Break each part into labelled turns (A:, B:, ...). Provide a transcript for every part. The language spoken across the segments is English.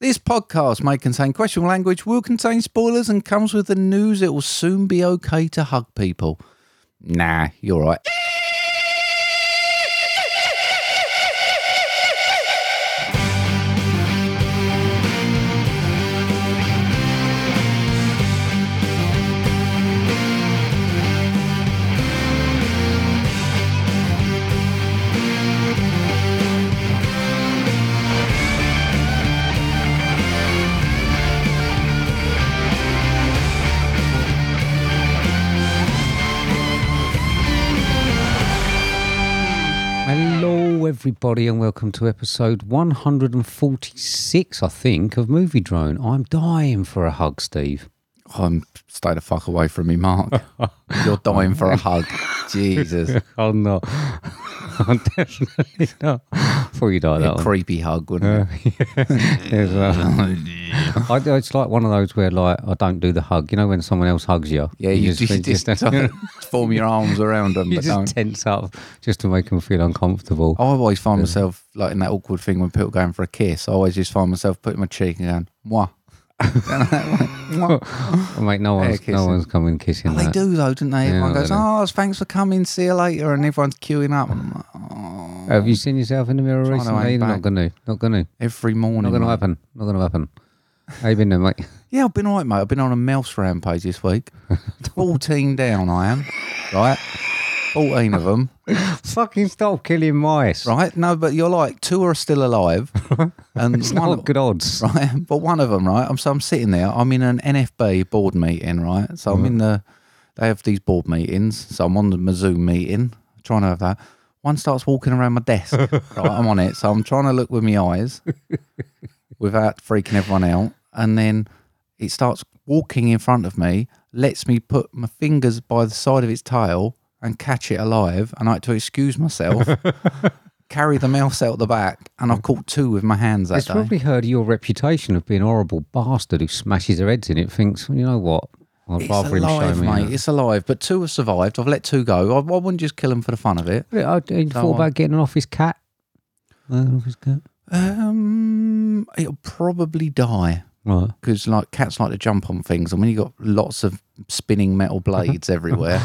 A: This podcast may contain questionable language, will contain spoilers, and comes with the news it will soon be okay to hug people. Nah, you're right.
B: Hello, everybody, and welcome to episode 146, I think, of Movie Drone. I'm dying for a hug, Steve.
A: I'm stay the fuck away from me, Mark. You're dying for a hug. Jesus.
B: I'm not. I'm definitely not. Thought you'd like
A: A
B: that one.
A: creepy hug, wouldn't
B: uh, There's a-
A: it?
B: I, it's like one of those where like I don't do the hug. You know when someone else hugs you?
A: Yeah, you, just,
B: think-
A: just don't form your arms around them,
B: you
A: but
B: just
A: don't.
B: tense up just to make them feel uncomfortable.
A: I always find myself like in that awkward thing when people are going for a kiss. I always just find myself putting my cheek and going, "Mwah."
B: Oh, mate, no one's, no
A: kissing. Oh,
B: one's coming kissing
A: They
B: that.
A: do though, don't they? Everyone
B: they
A: goes,
B: do.
A: "Oh, thanks for coming. See you later," and everyone's queuing up. And I'm
B: Mm.
A: like, "Oh."
B: Have you seen yourself in the mirror
A: Trying to
B: recently?
A: aim
B: Not
A: back.
B: gonna, not gonna,
A: Every morning.
B: not gonna
A: mate.
B: happen. Not gonna happen. How you been there, mate?
A: Yeah, I've been all right, mate. I've been on a mouse rampage this week. Fourteen down, I am. Right, fourteen of them.
B: Fucking stop killing mice.
A: Right, no, but you're like two are still alive, and
B: It's
A: one
B: not good odds.
A: right? But one of them, right? I'm so I'm sitting there. I'm in an NFB board meeting, right? So I'm in the. They have these board meetings, so I'm on the Mizzou meeting, trying to have that. One starts walking around my desk. right, I'm on it, so I'm trying to look with my eyes, without freaking everyone out. And then it starts walking in front of me, lets me put my fingers by the side of its tail and catch it alive. And I had to excuse myself, carry the mouse out the back, and I caught two with my hands that
B: It's
A: day.
B: probably heard your reputation of being a horrible bastard who smashes their heads in it. Thinks, well, you know what? I'd
A: It's
B: rather him
A: alive,
B: show me.
A: mate.
B: that."
A: It's alive. But two have survived. I've let two go. I, I wouldn't just kill them for the fun of it.
B: Yeah, I I uh, thought
A: on.
B: about getting off his cat. Uh, off his cat.
A: Um, it'll probably die
B: Right.
A: because like cats like to jump on things, and when you got lots of spinning metal blades everywhere,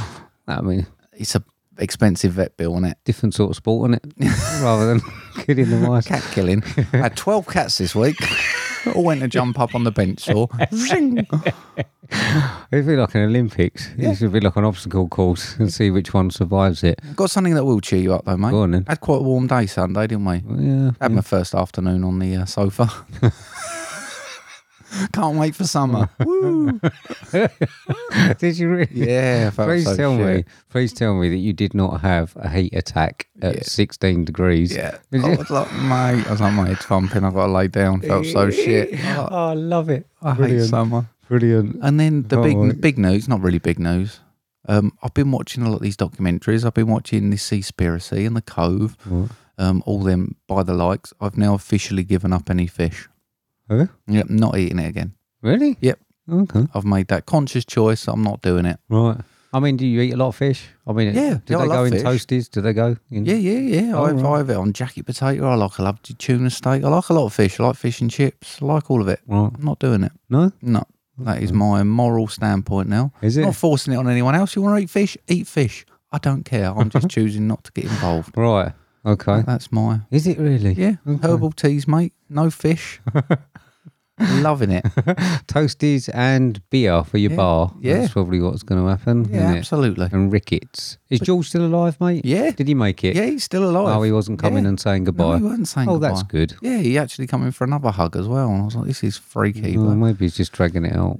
B: I mean,
A: it's a expensive vet bill, isn't it?
B: different sort of sport, isn't it? Rather than killing the mice.
A: Cat killing. I had twelve cats this week. All went to jump up on the bench or
B: It'd be like an Olympics. It should be like an obstacle course and see which one survives it.
A: got something that will cheer you up though, mate.
B: Go on then.
A: Had quite a warm day Sunday, didn't we?
B: Yeah.
A: Had my first afternoon on the uh, sofa. Can't wait for summer. Woo!
B: Did you really?
A: Yeah, I felt
B: Please
A: so
B: tell
A: shit.
B: me. Please tell me that you did not have a heat attack at 16 degrees.
A: Yeah.
B: Did
A: I
B: you?
A: was like, mate, I was like, my head's thumping. I've got to lay down. Felt so shit. I was like,
B: Oh, I love it.
A: I hate summer.
B: Brilliant.
A: And then the
B: Oh,
A: big
B: right.
A: big news, not really big news. Um, I've been watching a lot of these documentaries. I've been watching The Seaspiracy and The Cove,
B: Right.
A: um, all them by the likes. I've now officially given up any fish.
B: Huh?
A: Yep, not eating it again.
B: Really?
A: Yep.
B: Okay.
A: I've made that conscious choice. I'm not doing it.
B: Right. I mean, do you eat a lot of fish? I mean,
A: Yeah,
B: do
A: yeah, I
B: they go
A: love
B: in
A: fish.
B: toasties? Do they go in?
A: Yeah, yeah, yeah.
B: Oh,
A: I've,
B: right.
A: I've it on jacket potato. I like a lovely tuna steak. I like a lot of fish. I like fish and chips. I like all of it.
B: Right.
A: I'm not doing it.
B: No?
A: No, that is my moral standpoint now.
B: Is
A: Not
B: it?
A: forcing it on anyone else. You want to eat fish? Eat fish. I don't care. I'm just choosing not to get involved.
B: Right. Okay.
A: That's my
B: Is it really?
A: yeah.
B: Okay.
A: Herbal teas, mate. No fish. Loving it.
B: Toasties and beer for your
A: Yeah.
B: bar.
A: Yeah.
B: That's probably what's going to happen.
A: Yeah,
B: isn't it?
A: absolutely.
B: And rickets. Is George still alive, mate?
A: Yeah.
B: Did he make it?
A: Yeah, he's still alive.
B: Oh, he wasn't coming
A: Yeah.
B: and saying
A: No,
B: goodbye.
A: he wasn't saying
B: oh, that's
A: goodbye.
B: good.
A: Yeah, he actually come in for another hug as well. And I was like, this is freaky.
B: Oh, maybe he's just dragging it out.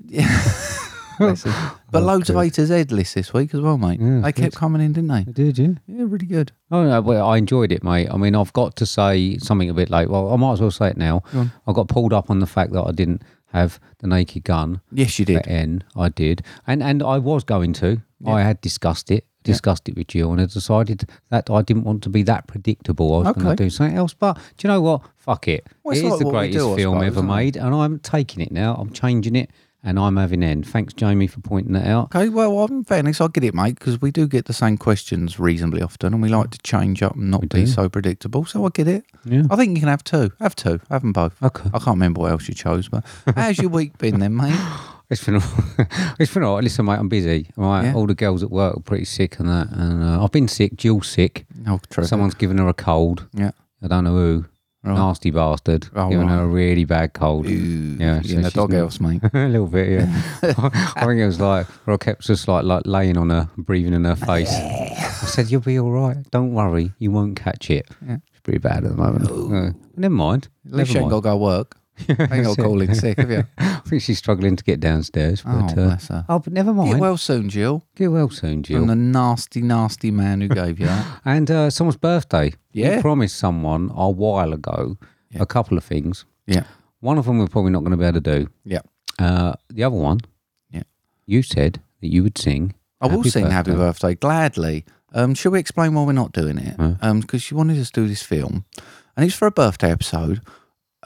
A: but but loads of A to Z lists this week as well, mate.
B: Yeah,
A: they kept coming in, didn't they?
B: Did you?
A: Yeah, really good.
B: Oh, no, well, I enjoyed it, mate. I mean, I've got to say something a bit late. Well, I might as well say it now. I got pulled up on the fact that I didn't have the naked gun.
A: Yes, you
B: At
A: did.
B: N, I did, and and I was going to. I had discussed it, discussed it with you, and I decided that I didn't want to be that predictable. I was going to
A: Okay.
B: do something else, but do you know what? Fuck it.
A: Well, it's
B: it is
A: like
B: the
A: what we
B: greatest
A: do, I
B: film
A: suppose,
B: ever
A: isn't it?
B: made, and I'm taking it now. I'm changing it, and I'm having N. Thanks, Jamie, for pointing that out.
A: Okay, well, in fairness, I get it, mate, because we do get the same questions reasonably often, and we like to change up and not be
B: do.
A: so predictable. So I get it.
B: Yeah.
A: I think you can have two. Have two. Have them both.
B: Okay.
A: I can't remember what else you chose, but how's your week been then, mate?
B: It's been, all- it's been all right. Listen, mate, I'm busy. All right,
A: Yeah.
B: all the girls at work are pretty sick and that, and uh, I've been sick. Jill's sick.
A: Oh, true.
B: Someone's given her a cold.
A: Yeah.
B: I don't know who.
A: Right.
B: Nasty bastard.
A: Oh,
B: giving
A: right.
B: her a really bad cold.
A: Ooh,
B: Yeah,
A: yeah,
B: so
A: in the
B: she's
A: doghouse, mate.
B: a little bit, yeah. I think it was like, or I kept just like, like laying on her, breathing in her face. I said, "You'll be all right. Don't worry. You won't catch it."
A: Yeah.
B: It's pretty bad at the moment. Yeah. Never mind.
A: At least you
B: Never
A: ain't got
B: mind.
A: to go work. ain't got to call in sick, have you?
B: I think she's struggling to get downstairs,
A: Oh,
B: but uh,
A: bless her.
B: oh, but never
A: Get
B: mind.
A: well soon, Jill.
B: Get well soon, Jill.
A: From the nasty, nasty man who gave you that.
B: And uh, someone's birthday.
A: Yeah.
B: You promised someone a while ago a couple of things.
A: yeah.
B: One of them we're probably not going to be able to do.
A: Yeah.
B: Uh, the other one,
A: Yeah.
B: you said that you would sing.
A: I will
B: Happy
A: sing Happy
B: Birthday.
A: Birthday gladly. Um, shall we explain why we're not doing it? Because she wanted us to do this film, and it's for a birthday episode.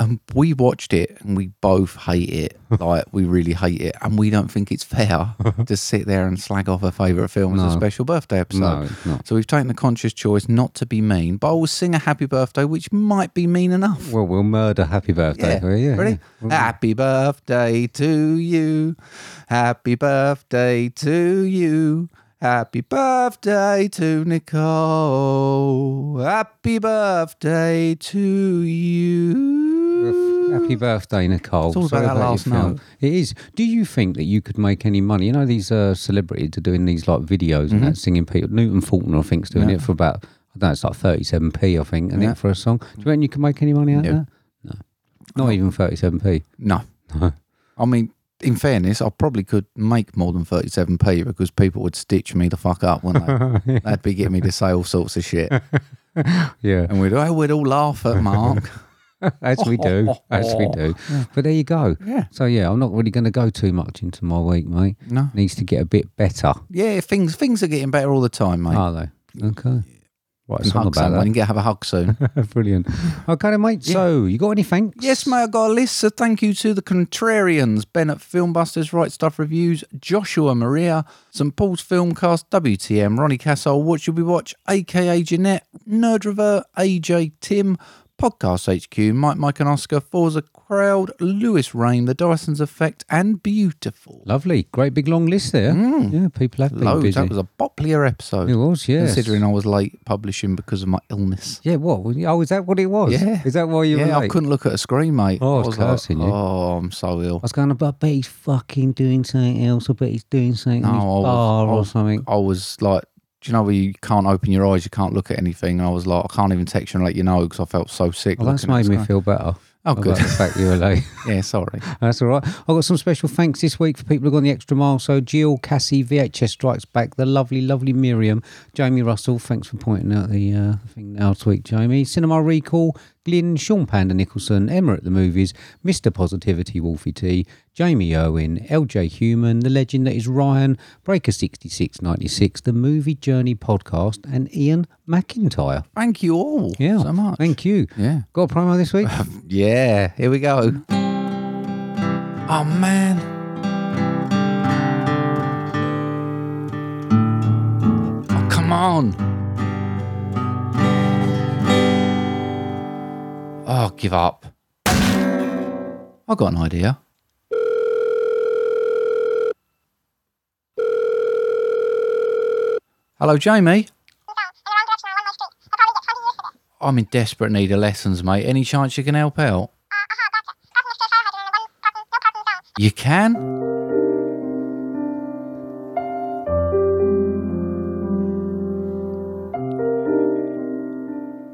A: And we watched it, and we both hate it. like we really hate it, and we don't think it's fair to sit there and slag off her favourite film as a special birthday
B: No,
A: episode.
B: it's not.
A: So we've taken the conscious choice not to be mean, but I will sing a Happy Birthday, which might be mean enough.
B: Well, we'll murder Happy Birthday. Well, "Oh, yeah,
A: Ready?
B: yeah.
A: Happy birthday to you. Happy birthday to you. Happy birthday to Nicole. Happy birthday to you.
B: Happy birthday, Nicole.
A: It's all about that
B: your
A: last
B: film.
A: note.
B: It is. Do you think that you could make any money? You know, these uh, celebrities are doing these like videos
A: Mm-hmm.
B: and that singing people. Newton Faulkner, I think, is doing it for about, I don't know, it's like 37p, I think, and
A: Yeah.
B: it for a song. Do you reckon you can make any money out
A: No.
B: of that? No. Not even 37p.
A: No. I mean, in fairness, I probably could make more than 37p because people would stitch me the fuck up, wouldn't they? They'd be getting me to say all sorts of shit.
B: Yeah.
A: And we'd, oh, we'd all laugh at Mark.
B: As we do. As we do. But there you go.
A: Yeah.
B: So, yeah, I'm not really going to go too much into my week, mate.
A: No.
B: Needs to get a bit better.
A: Yeah, things things are getting better all the time, mate.
B: Are they? Okay. Right,
A: and
B: song
A: hug
B: about
A: someone
B: that.
A: and get have a hug soon.
B: Oh, Brilliant. Okay, then, mate. So, you got any thanks?
A: yes, mate, I got a list. So thank you to the Contrarians, Ben at Filmbusters, Right Stuff Reviews, Joshua Maria, St Paul's Filmcast, WTM, Ronnie Castle, What Should We Watch, aka Jeanette, Nerd Revert, AJ Tim, Podcast HQ, Mike, Mike and Oscar, Forza Crowd, Lewis Rain, The Dyson's Effect, and Beautiful.
B: Lovely. Great big long list there. Yeah, people have been
A: Mm. Loads.
B: busy.
A: That was a boplier episode.
B: it was, yeah.
A: Considering I was late publishing because of my illness.
B: Yeah, what? was- Oh, is that what it was?
A: Yeah.
B: Is that why you were
A: Yeah, I
B: late?
A: couldn't look at a screen, mate.
B: Oh, I
A: I
B: was
A: like,
B: cursing you.
A: Oh, I'm so ill.
B: I was going, I bet he's fucking doing something else. I bet he's doing something
A: No,
B: in his
A: I was-
B: bar
A: I
B: or
A: was-
B: something.
A: I was like, do you know where you can't open your eyes, you can't look at anything? And I was like, I can't even text you and let you know because I felt so sick.
B: Well, that's
A: looking at
B: made
A: the
B: me
A: sky.
B: feel better.
A: Oh,
B: about
A: good.
B: the fact you were late.
A: Yeah, sorry.
B: That's all right. I've got some special thanks this week for people who've gone the extra mile. So, Jill, Cassie, VHS Strikes Back, the lovely, lovely Miriam, Jamie Russell. Thanks for pointing out the uh, thing now this week, Jamie. Cinema Recall, Glyn, Sean Panda Nicholson, Emma at the Movies, Mr. Positivity, Wolfie T, Jamie Owen, LJ Human, the legend that is Ryan, Breaker6696, the Movie Journey podcast, and Ian McIntyre.
A: Thank you all
B: Yeah.
A: so much.
B: Thank you.
A: Yeah.
B: Got a promo this week?
A: Yeah, here we go. Oh, man. Oh, come on. Oh, give up. I got an idea. Hello, Jamie. I'm in desperate need of lessons, mate. Any chance you can help out? You can?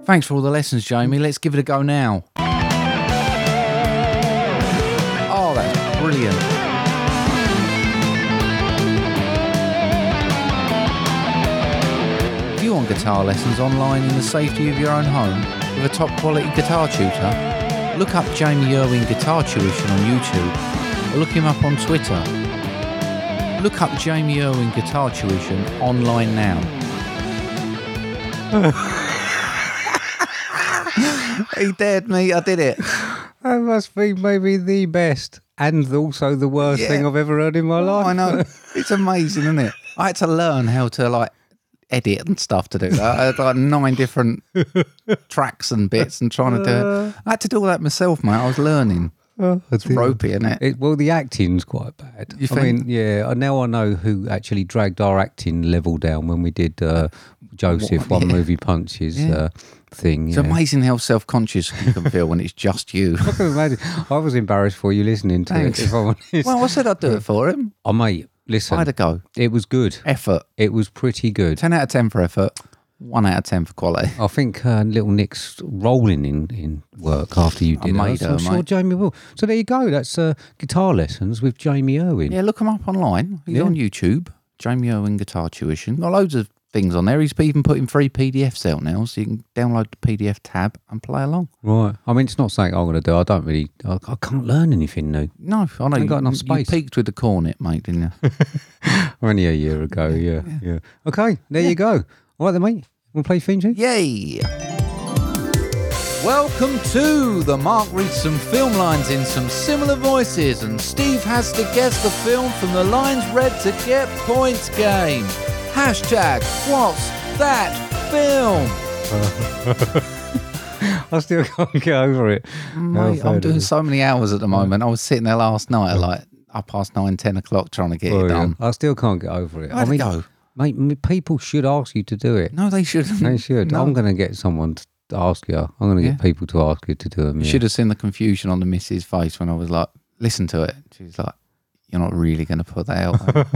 A: Thanks for all the lessons, Jamie. Let's give it a go now. Oh, that's brilliant. If you want guitar lessons online in the safety of your own home with a top quality guitar tutor, look up Jamie Irwin Guitar Tuition on YouTube or look him up on Twitter. Look up Jamie Irwin Guitar Tuition online now. he dared me, I did it.
B: That must be maybe the best and also the worst
A: Yeah.
B: thing I've ever heard in my life.
A: Oh, I know. It's amazing, isn't it? I had to learn how to like edit and stuff to do that. I had like nine different tracks and bits and trying to do it. I had to do all that myself, mate. I was learning.
B: Oh,
A: It's
B: dear.
A: ropey, isn't it?
B: It, well, the acting's quite bad.
A: You
B: I mean, yeah. I- Now I know who actually dragged our acting level down when we did uh, Joseph
A: What-
B: One
A: yeah.
B: Movie Punches
A: Yeah.
B: uh, thing.
A: It's
B: yeah.
A: amazing how self conscious you can feel when it's just you.
B: I can imagine. I was embarrassed for you listening to
A: Thanks.
B: it. If I'm honest,
A: well, I said I'd do it for him.
B: oh mate,
A: I
B: listen,
A: had a go.
B: it was good.
A: Effort.
B: It was pretty good.
A: 10 out of 10 for effort, 1 out of 10 for quality.
B: I think uh, little Nick's rolling in, in work after you
A: I
B: did. it.
A: made
B: I'm
A: her,
B: sure
A: mate.
B: Jamie will. So there you go. That's uh, guitar lessons with Jamie Irwin.
A: Yeah, look him up online. He's
B: Yeah.
A: on YouTube. Jamie Owen Guitar Tuition. Got loads of things on there. He's even putting free PDFs out now, so you can download the PDF tab and play along.
B: Right. I mean, it's not something I'm going to do. I don't really. I, I can't learn anything new.
A: No, I know
B: Ain't
A: you,
B: got enough
A: you
B: space.
A: peaked with the cornet, mate, didn't you?
B: Only a year ago, yeah, yeah. Okay, there you go. All right then, mate. Want to play theme tune?
A: Yay! Welcome to the Mark reads some film lines in some similar voices, and Steve has to guess the film from the lines read to get points game. Hashtag what's that film?
B: I still can't get over it.
A: Mate,
B: Oh, fair
A: I'm doing
B: enough.
A: so many hours at the moment. I was sitting there last night at like up past nine, ten o'clock trying to get
B: Oh,
A: it
B: yeah.
A: done.
B: I still can't get over it.
A: I had
B: I
A: to
B: mean,
A: go.
B: mate, m- people should ask you to do it.
A: No, they shouldn't.
B: They should.
A: Mm, No.
B: I'm going to get someone to ask you. I'm going to
A: Yeah.
B: get people to ask you to do them.
A: You
B: Yeah.
A: should have seen the confusion on the missus' face when I was like, listen to it. She's like, you're not really going to put that out.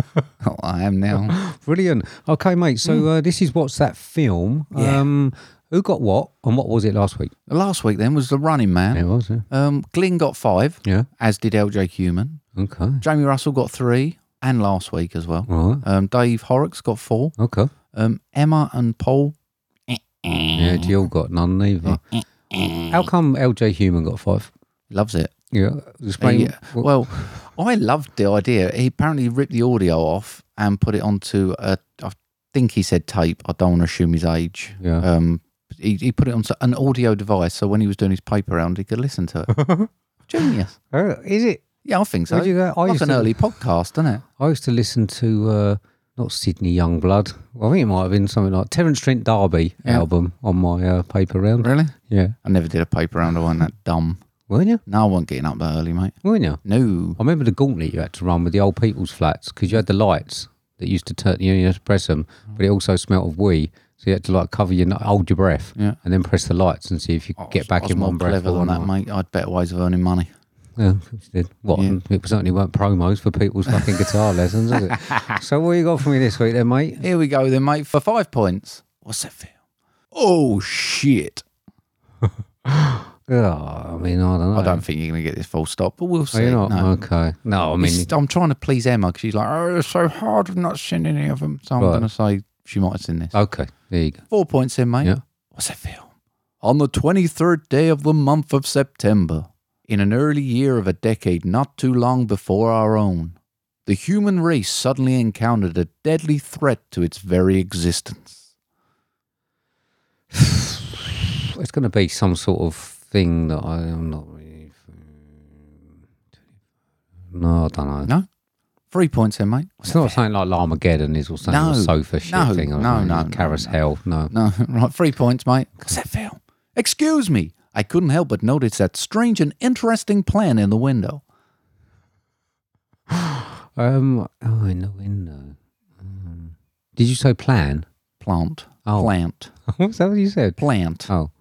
A: oh, I am now.
B: Brilliant. Okay, mate. So uh, this is what's that film?
A: Mm. Yeah.
B: Um, who got what and what was it last week?
A: Last week then was The Running
B: It
A: Man.
B: was. Yeah.
A: Um, Glyn got five,
B: yeah.
A: as did LJ Human.
B: Okay.
A: Jamie Russell got three, and last week as well.
B: Right.
A: Um, Dave Horrocks got four.
B: Okay.
A: Um, Emma and Paul.
B: Yeah, Jill got none neither. How come LJ Human got five?
A: Loves it.
B: Yeah, explain.
A: Yeah.
B: Well,
A: Well, I loved the idea. He apparently ripped the audio off and put it onto a. I think he said tape. I don't want to assume his age.
B: Yeah.
A: Um, he, he put it onto an audio device, so when he was doing his paper round, he could listen to it. Genius.
B: uh, is it?
A: Yeah, I think so.
B: Would you go- I
A: like
B: used
A: an
B: to-
A: early podcast, isn't it?
B: I used to listen to uh, not Sydney Youngblood. Well, I think it might have been something like Terence Trent D'Arby
A: Yeah.
B: album on my uh, paper round.
A: Really?
B: Yeah,
A: I never did a paper round. I wasn't that dumb.
B: weren't you?
A: No, I wasn't getting up that early, mate.
B: Weren't you?
A: No.
B: I remember the gauntlet you had to run with the old people's flats because you had the lights that used to turn. You, know, you had to press them, but it also smelt of wee. So you had to like cover your n- hold your breath,
A: Yeah. Oh,
B: and then press the lights and see if you could
A: I
B: get
A: was- I
B: back
A: was
B: in
A: more
B: one breath.
A: clever
B: or
A: than
B: not.
A: that, mate. I had better ways of earning money.
B: Yeah, of course you did. What?
A: Yeah.
B: It certainly weren't promos for people's fucking guitar lessons, was it? So what you got for me this week, then, mate?
A: Here we go then, mate, for five points. What's that film? Oh shit.
B: Oh, I mean, I don't know.
A: I don't think you're going to get this full stop, but we'll
B: Are
A: see.
B: you Oh, not?
A: No.
B: Okay. No, I mean,
A: It's- I'm trying to please Emma because she's like, oh, it's so hard. I've not seen any of them. So I'm
B: Right.
A: going to say she might have seen this.
B: okay. There you go.
A: Four points in, mate.
B: Yeah.
A: What's that film? On the 23rd day of the month of September, in an early year of a decade not too long before our own, the human race suddenly encountered a deadly threat to its very existence.
B: It's going to be some sort of thing that I, I'm not really. No, I don't know.
A: No? Three points in, mate.
B: It's not something like Larmageddon is or something
A: No,
B: or sofa shit
A: no,
B: thing. I don't
A: no,
B: know,
A: no, no,
B: Carousel. No.
A: No, right, three points, mate. What's that film? Excuse me. I couldn't help but notice that strange and interesting plant in the window.
B: Um. Oh, in the window. Um, did you say plan?
A: Plant.
B: Oh.
A: Plant.
B: What's that? What you said?
A: Plant.
B: Oh.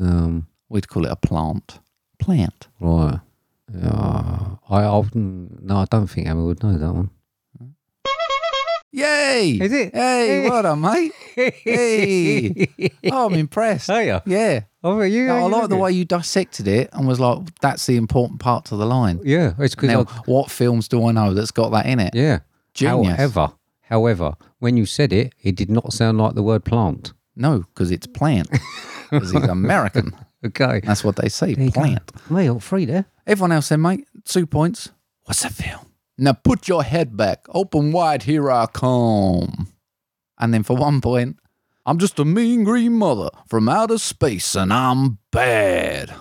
B: Um.
A: We'd call it a plant. Plant.
B: Right. Uh, I often no, I don't think Emma would know that one.
A: Yay!
B: Is it?
A: Hey,
B: Hey.
A: well done, mate. Hey. Oh, I'm impressed.
B: Are ya?
A: Yeah.
B: Oh, are you?
A: No,
B: are
A: I
B: you
A: like the
B: looking?
A: way you dissected it and was like, that's the important part to the line.
B: Yeah, it's because
A: Now, what films do I know that's got that in it?
B: yeah.
A: Genius.
B: However, however, when you said it, it did not sound like the word plant.
A: No, because it's plant. Because he's American.
B: Okay.
A: That's what they say,
B: There you go.
A: plant.
B: Mate, all three there.
A: Everyone else then, mate. Two points. What's that film? Now put your head back. Open wide, here I come. And then for one point, I'm just a mean green mother from outer space and I'm bad.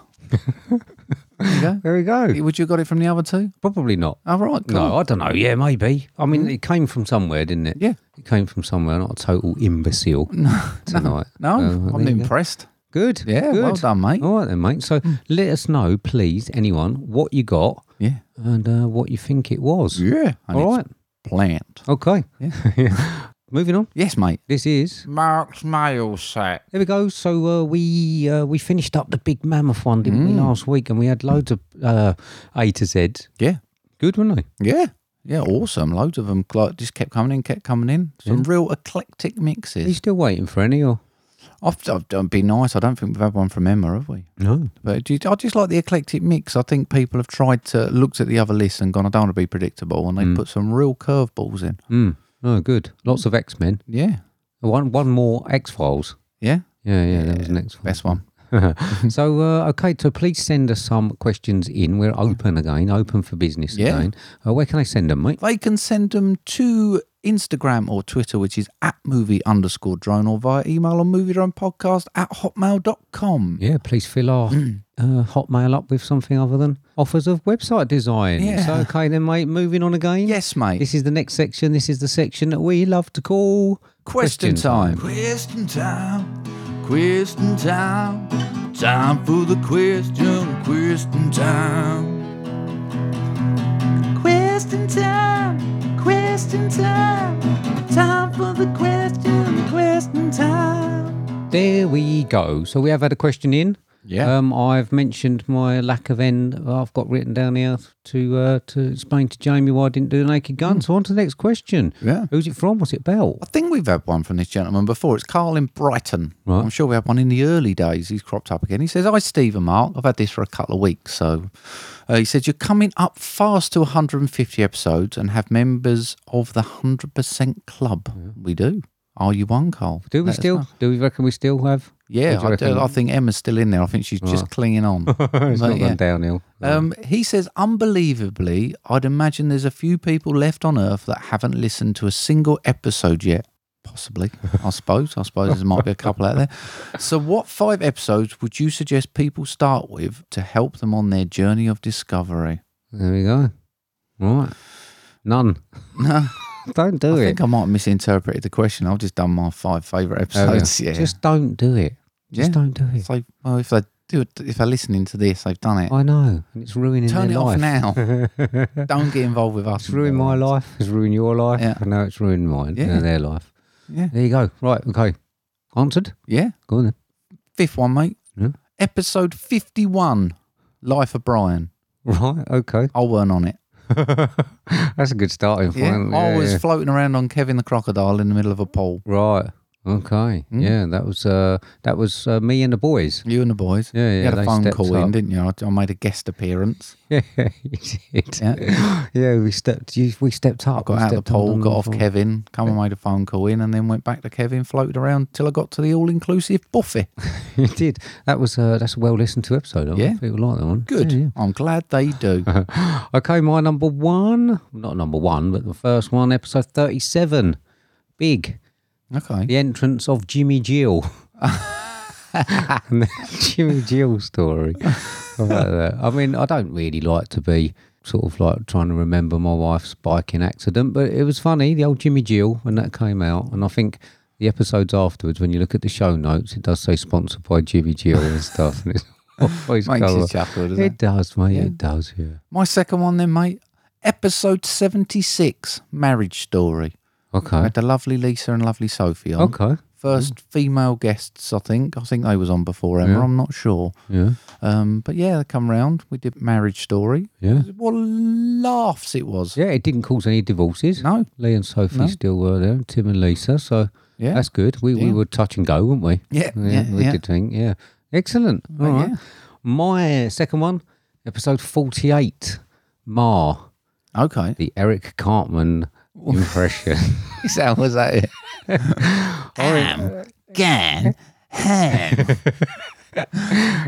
A: There you go.
B: There we go.
A: Would you have got it from the other two?
B: Probably not.
A: All right.
B: No, I don't know. Yeah, maybe. I mean, it came from somewhere, didn't it?
A: Hmm? Yeah.
B: It came from somewhere, not a total imbecile tonight.
A: No, I'm-
B: Uh,
A: I'm
B: there you go.
A: impressed.
B: Good.
A: Yeah,
B: good.
A: well done, mate. Hmm.
B: All right then, mate. So let us know, please, anyone, what you got
A: Yeah.
B: and uh, what you think it was.
A: Yeah. And
B: All
A: it's
B: right.
A: Plant.
B: Okay. Moving on.
A: Yes, mate.
B: This is
A: Mark's mail set.
B: there we go. So uh, we uh, we finished up the big mammoth one, didn't
A: Hmm.
B: we, last week? And we had loads of uh, A to Z.
A: Yeah.
B: Good, weren't they?
A: Yeah. Yeah. Awesome. Loads of them like, just kept coming in, kept coming in. Some real eclectic
B: Are you
A: mixes.
B: still waiting for any or
A: I've, I've, it'd be nice. I oh, don't think we've had one from Emma, have we?
B: no?
A: But do you- I just like the eclectic mix. I think people have tried to looked at the other lists and gone, I don't want to be predictable, and they put some real curveballs in.
B: Mm. No, good. Lots of X Men.
A: Yeah.
B: One one more X Files.
A: Yeah.
B: Yeah, yeah, that was an X Files.
A: Best one.
B: so uh, okay, so please send us some questions in. We're open again, open for business
A: Yeah.
B: again. Uh, where can I send them, mate?
A: They can send them to Instagram or Twitter, which is at movie underscore drone, or via email on movie drone podcast at hotmail.com.
B: Yeah, please fill our uh, hotmail up with something other than offers of website design.
A: Yeah.
B: So okay then, mate. Moving on again.
A: Yes, mate.
B: This is the next section. This is the section that we love to call
A: Question, time. Question time. Question time. Time for the question. Question time. Question time. Question time. Time for the question. Question time.
B: There we go. So we have had a question in.
A: Yeah.
B: Um, I've mentioned my lack of end. I've got written down here to uh, to explain to Jamie why I didn't do the naked gun. So on to the next question.
A: Hmm. Yeah.
B: Who's it from? Was it Bell?
A: I think we've had one from this gentleman before. It's Carl in Brighton.
B: Right.
A: I'm sure we had one in the early days. He's cropped up again. He says, Hi, Steve and Mark. I've had this for a couple of weeks. So uh, he says, You're coming up fast to 150 episodes and have members of the 100% Club. We do. Are you one, Carl?
B: Do
A: Let
B: we
A: us
B: still?
A: know.
B: Do we reckon we still have?
A: Yeah,
B: What do you
A: I, do,
B: reckon?
A: I think Emma's still in there. I think she's just clinging on.
B: it's
A: But
B: not
A: yeah.
B: gone downhill.
A: Um, he says, unbelievably, I'd imagine there's a few people left on Earth that haven't listened to a single episode yet. Possibly, I suppose. I suppose there might be a couple out there. So, what five episodes would you suggest people start with to help them on their journey of discovery?
B: There we go. Right. None.
A: No,
B: Don't do
A: I
B: it.
A: think I might have misinterpreted the question. I've just done my five favourite episodes. Yeah.
B: Oh, Just don't do it. Just
A: Yeah.
B: don't do it.
A: so, well, if they do, it, if they're listening to this, they've done it.
B: I know, and it's ruining
A: Turn
B: their
A: it off
B: life.
A: now. Don't get involved with us.
B: It's ruined my life. It's ruined your life.
A: Yeah.
B: I know it's ruined mine.
A: Yeah.
B: Yeah. their life.
A: Yeah.
B: There you go. Right. Okay. Answered.
A: Yeah.
B: Go on then.
A: Fifth one, mate.
B: Yeah.
A: Episode 51, Life of Brian.
B: Right. Okay.
A: I weren't on it.
B: That's a good starting point.
A: Yeah. I
B: Yeah,
A: was
B: yeah.
A: floating around on Kevin the Crocodile in the middle of a pool.
B: right. Okay.
A: Hmm?
B: Yeah. That was uh that was uh, me and the boys.
A: You and the boys.
B: Yeah, yeah,
A: You had a
B: they
A: phone
B: stepped
A: call in,
B: up.
A: didn't you? I, I made a guest appearance.
B: Yeah. you did.
A: Yeah.
B: Yeah. we stepped. You, we stepped up.
A: Got
B: we
A: out of the
B: stepped up
A: pool,
B: on
A: got off
B: phone.
A: Kevin, come and made a phone call in, and then went back to Kevin, floated around till I got to the all inclusive buffet.
B: you did. That was uh that's a well listened to episode. I
A: Yeah.
B: yeah. People like that one.
A: Good.
B: Yeah, yeah.
A: I'm glad they do.
B: Okay, my number one, not number one, but the first one, episode 37. Big,
A: Okay.
B: the entrance of Jimmy Gill. and the Jimmy Gill story. I like that. I mean, I don't really like to be sort of like trying to remember my wife's biking accident, but it was funny, the old Jimmy Gill, when that came out. And I think the episodes afterwards, when you look at the show notes, it does say sponsored by Jimmy Gill and stuff. And it's always
A: Makes
B: covered.
A: you chuckle, doesn't it?
B: It does, mate. It does, yeah.
A: My second one, then, mate. Episode 76, Marriage Story. I
B: Okay.
A: had the lovely Lisa and lovely Sophie on.
B: Okay.
A: First female guests, I think. I think they was on before Emma. I'm not sure.
B: Yeah.
A: Um, but yeah, they come round. We did Marriage Story.
B: Yeah.
A: What laughs it was.
B: Yeah, it didn't cause any divorces.
A: No.
B: Lee and Sophie still were there, Tim and Lisa. So
A: Yeah.
B: that's good. We, we were touch and go, weren't we?
A: Yeah, yeah,
B: we
A: yeah. Oh,
B: did think. Yeah. Excellent. All right.
A: yeah.
B: My second one, episode 48, Ma,
A: Okay.
B: the Eric Cartman impression.
A: so was that it?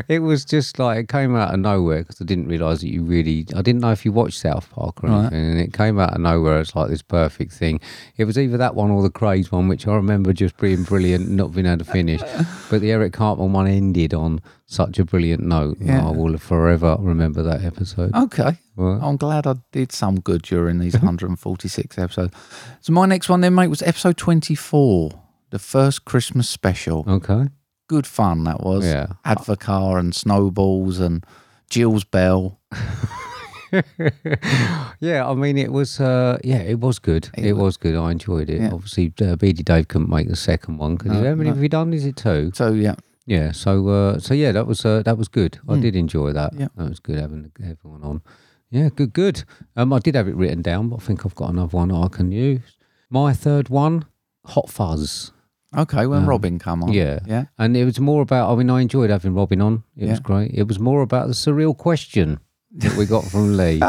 B: it was just like it came out of nowhere because I didn't realize that you really. I didn't know if you watched South Park or
A: Right.
B: anything, and it came out of nowhere. It's like this perfect thing. It was either that one or the Craze one, which I remember just being brilliant, and not being able to finish. But the Eric Cartman one ended on such a brilliant note.
A: Yeah.
B: I will forever remember that episode.
A: Okay.
B: Right.
A: I'm glad I did some good during these 146 episodes. So my next one then, mate, was episode 24, the first Christmas special.
B: Okay.
A: Good fun that was.
B: Yeah.
A: Advocar and snowballs and Jill's bell.
B: Yeah, I mean, it was, uh, yeah, it was good. It, was, good. I enjoyed it.
A: Yeah.
B: Obviously, uh, BD Dave couldn't make the second one. Cause
A: No,
B: how many
A: no.
B: have you done? Is it two?
A: So yeah,
B: Yeah. So, uh, so yeah, that was uh, that was good. I did enjoy that.
A: Hmm. Yeah.
B: that was good having everyone on. Yeah, good, good. Um, I did have it written down, but I think I've got another one I can use. My third one, Hot Fuzz.
A: okay. When Robin come on,
B: Um, yeah.
A: yeah,
B: And it was more about, I mean, I enjoyed having Robin on. It was
A: Yeah.
B: great. It was more about the surreal question that we got from Lee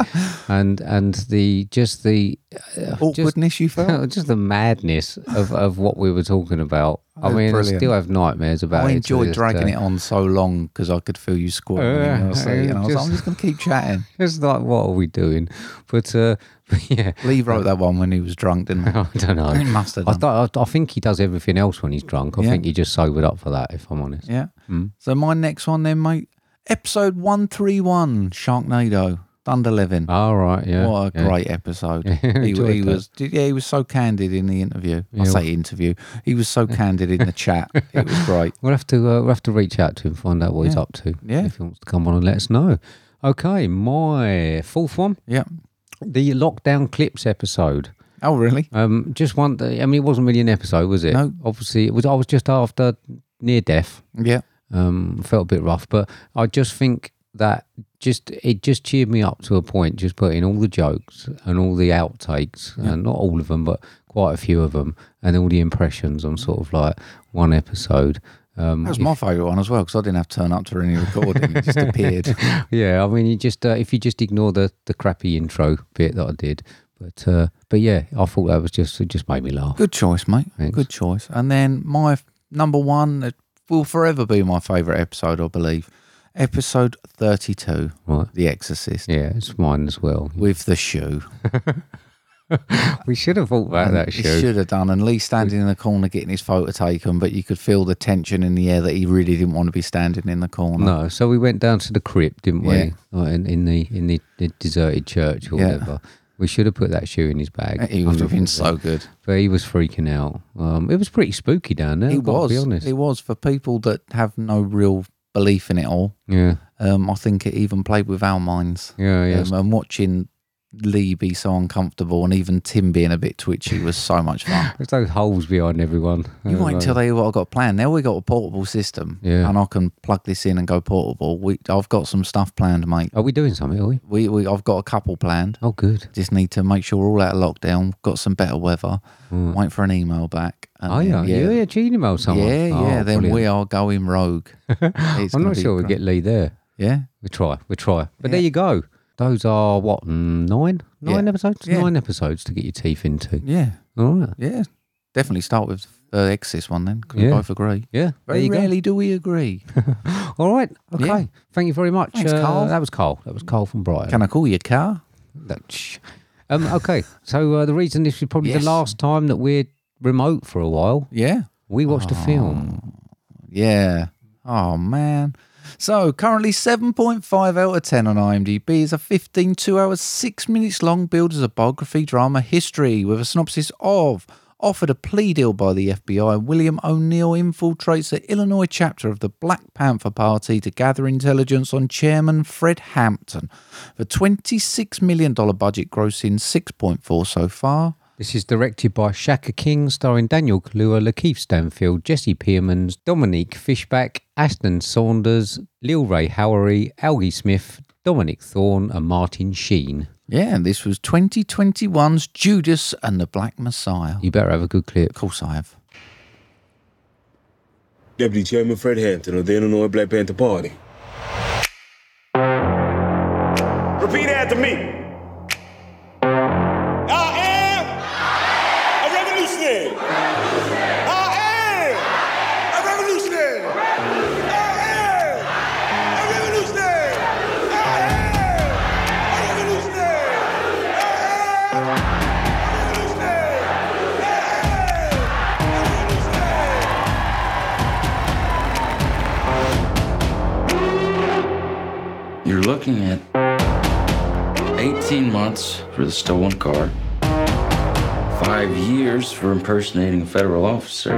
B: and and the just the uh, just,
A: awkwardness you felt.
B: just the madness of, of what we were talking about. I
A: Oh,
B: mean, I
A: brilliant.
B: still have nightmares about it. uh,
A: I
B: to
A: enjoyed
B: this
A: dragging
B: day.
A: it on so long because I could feel you squirming. in your
B: Uh,
A: seat, and I was like,
B: just-
A: I'm just going to keep chatting.
B: It's like, what are we doing? But, uh, but yeah,
A: Lee wrote that one when he was drunk, didn't he?
B: I don't know.
A: He must have
B: I,
A: done.
B: th- I, I think he does everything else when he's drunk. I
A: Yeah.
B: think he just sobered up for that, if I'm honest.
A: Yeah.
B: Mm.
A: So my next one then, mate, episode one three one, Sharknado, Thunder Living.
B: All right, yeah.
A: what a
B: yeah.
A: great episode! he,
B: enjoyed
A: he
B: that.
A: was, yeah, he was so candid in the interview.
B: Yeah.
A: I say interview. He was so candid in the chat. It was great.
B: We'll have to uh, we'll have to reach out to him, find out what he's
A: Yeah.
B: up to.
A: Yeah.
B: If he wants to come on and let us know. Okay, my fourth one,
A: Yeah.
B: the lockdown clips episode.
A: Oh, really?
B: Um, just one. I mean, it wasn't really an episode, was it?
A: No.
B: Obviously, it was. I was just after near death.
A: Yeah.
B: Um, felt a bit rough, but I just think that just it just cheered me up to a point. Just putting all the jokes and all the outtakes, and not all of them, but quite a few of them, and all the impressions on sort of like one episode. Um,
A: That was my favourite one as well because I didn't have to turn up to any recording. It just appeared.
B: yeah, I mean, you just uh, if you just ignore the the crappy intro bit that I did, but uh, but yeah, I thought that was just it just made me laugh.
A: Good choice, mate.
B: Thanks.
A: Good choice. And then my f- number one it will forever be my favourite episode, I believe. Episode 32,
B: Right?
A: The Exorcist,
B: Yeah, it's mine as well.
A: with the shoe.
B: We should have thought about that
A: He
B: show.
A: should have done. And Lee standing in the corner getting his photo taken, but you could feel the tension in the air that he really didn't want to be standing in the corner.
B: No, so we went down to the crypt, didn't we?
A: Yeah.
B: Like in, in the in the, the deserted church or
A: Yeah.
B: whatever. We should have put that shoe in his bag.
A: He would have been
B: 100%.
A: so good.
B: But he was freaking out. Um, it was pretty spooky down there.
A: He
B: I've got
A: was.
B: To be honest.
A: He was. For people that have no real belief in it all,
B: yeah,
A: um, I think it even played with our minds.
B: yeah, yeah.
A: Um, and watching Lee be so uncomfortable and even Tim being a bit twitchy was so much fun.
B: There's those holes behind everyone.
A: You
B: Uh,
A: wait until they hear what I've got planned. Now we got a portable system
B: Yeah.
A: and I can plug this in and go portable. We, I've got some stuff planned, mate.
B: Are we doing something? Are we?
A: We, we I've got a couple planned.
B: Oh, good.
A: Just need to make sure we're all out of lockdown. Got some better weather.
B: Mm.
A: Wait for an email back. and
B: Oh
A: then,
B: yeah, yeah, yeah, Gene mailed
A: yeah,
B: someone. Oh,
A: yeah, Then
B: brilliant.
A: we are going rogue. It's
B: I'm
A: gonna
B: not
A: be
B: sure we
A: great.
B: get Lee there.
A: Yeah,
B: We try, we try. But there you go. Those are what mm, nine,
A: Yeah.
B: nine episodes,
A: Yeah.
B: nine episodes to get your teeth into.
A: yeah,
B: All right.
A: yeah. Definitely start with uh, Exis one then. 'cause
B: Yeah.
A: We both agree.
B: Yeah. There
A: Very
B: you go.
A: rarely do we agree.
B: All right. Okay.
A: Yeah.
B: Thank you very much. Uh,
A: Thanks, Carl.
B: That was Carl. That was Carl from Brighton.
A: Can I call you car?
B: That- shh. um, okay. So uh, the reason this is probably
A: Yes.
B: the last time that we're remote for a while,
A: Yeah.
B: we watched a film.
A: Ah. Yeah. Oh, man. So, currently 7.5 out of 10 on IMDb is a 15, 2 hours, 6 minutes long build as a biography drama history with a synopsis of offered a plea deal by the FBI, William O'Neill infiltrates the Illinois chapter of the Black Panther Party to gather intelligence on chairman Fred Hampton. The $26 million budget grossing 6.4 so far.
B: This is directed by Shaka King, starring Daniel Kalua, Lakeith Stanfield, Jesse Piermans, Dominique Fishback, Ashton Saunders, Lil Ray Howery, Algie Smith, Dominic Thorne, and Martin Sheen.
A: Yeah, and this was 2021's Judas and the Black Messiah.
B: You better have a good clip.
A: Of course I have.
C: Deputy Chairman Fred Hampton of the Illinois Black Panther Party.
D: Repeat after me. I am a revolutionary. I am a revolutionary. I am
E: looking at 18 months for the stolen car, five years for impersonating a federal officer,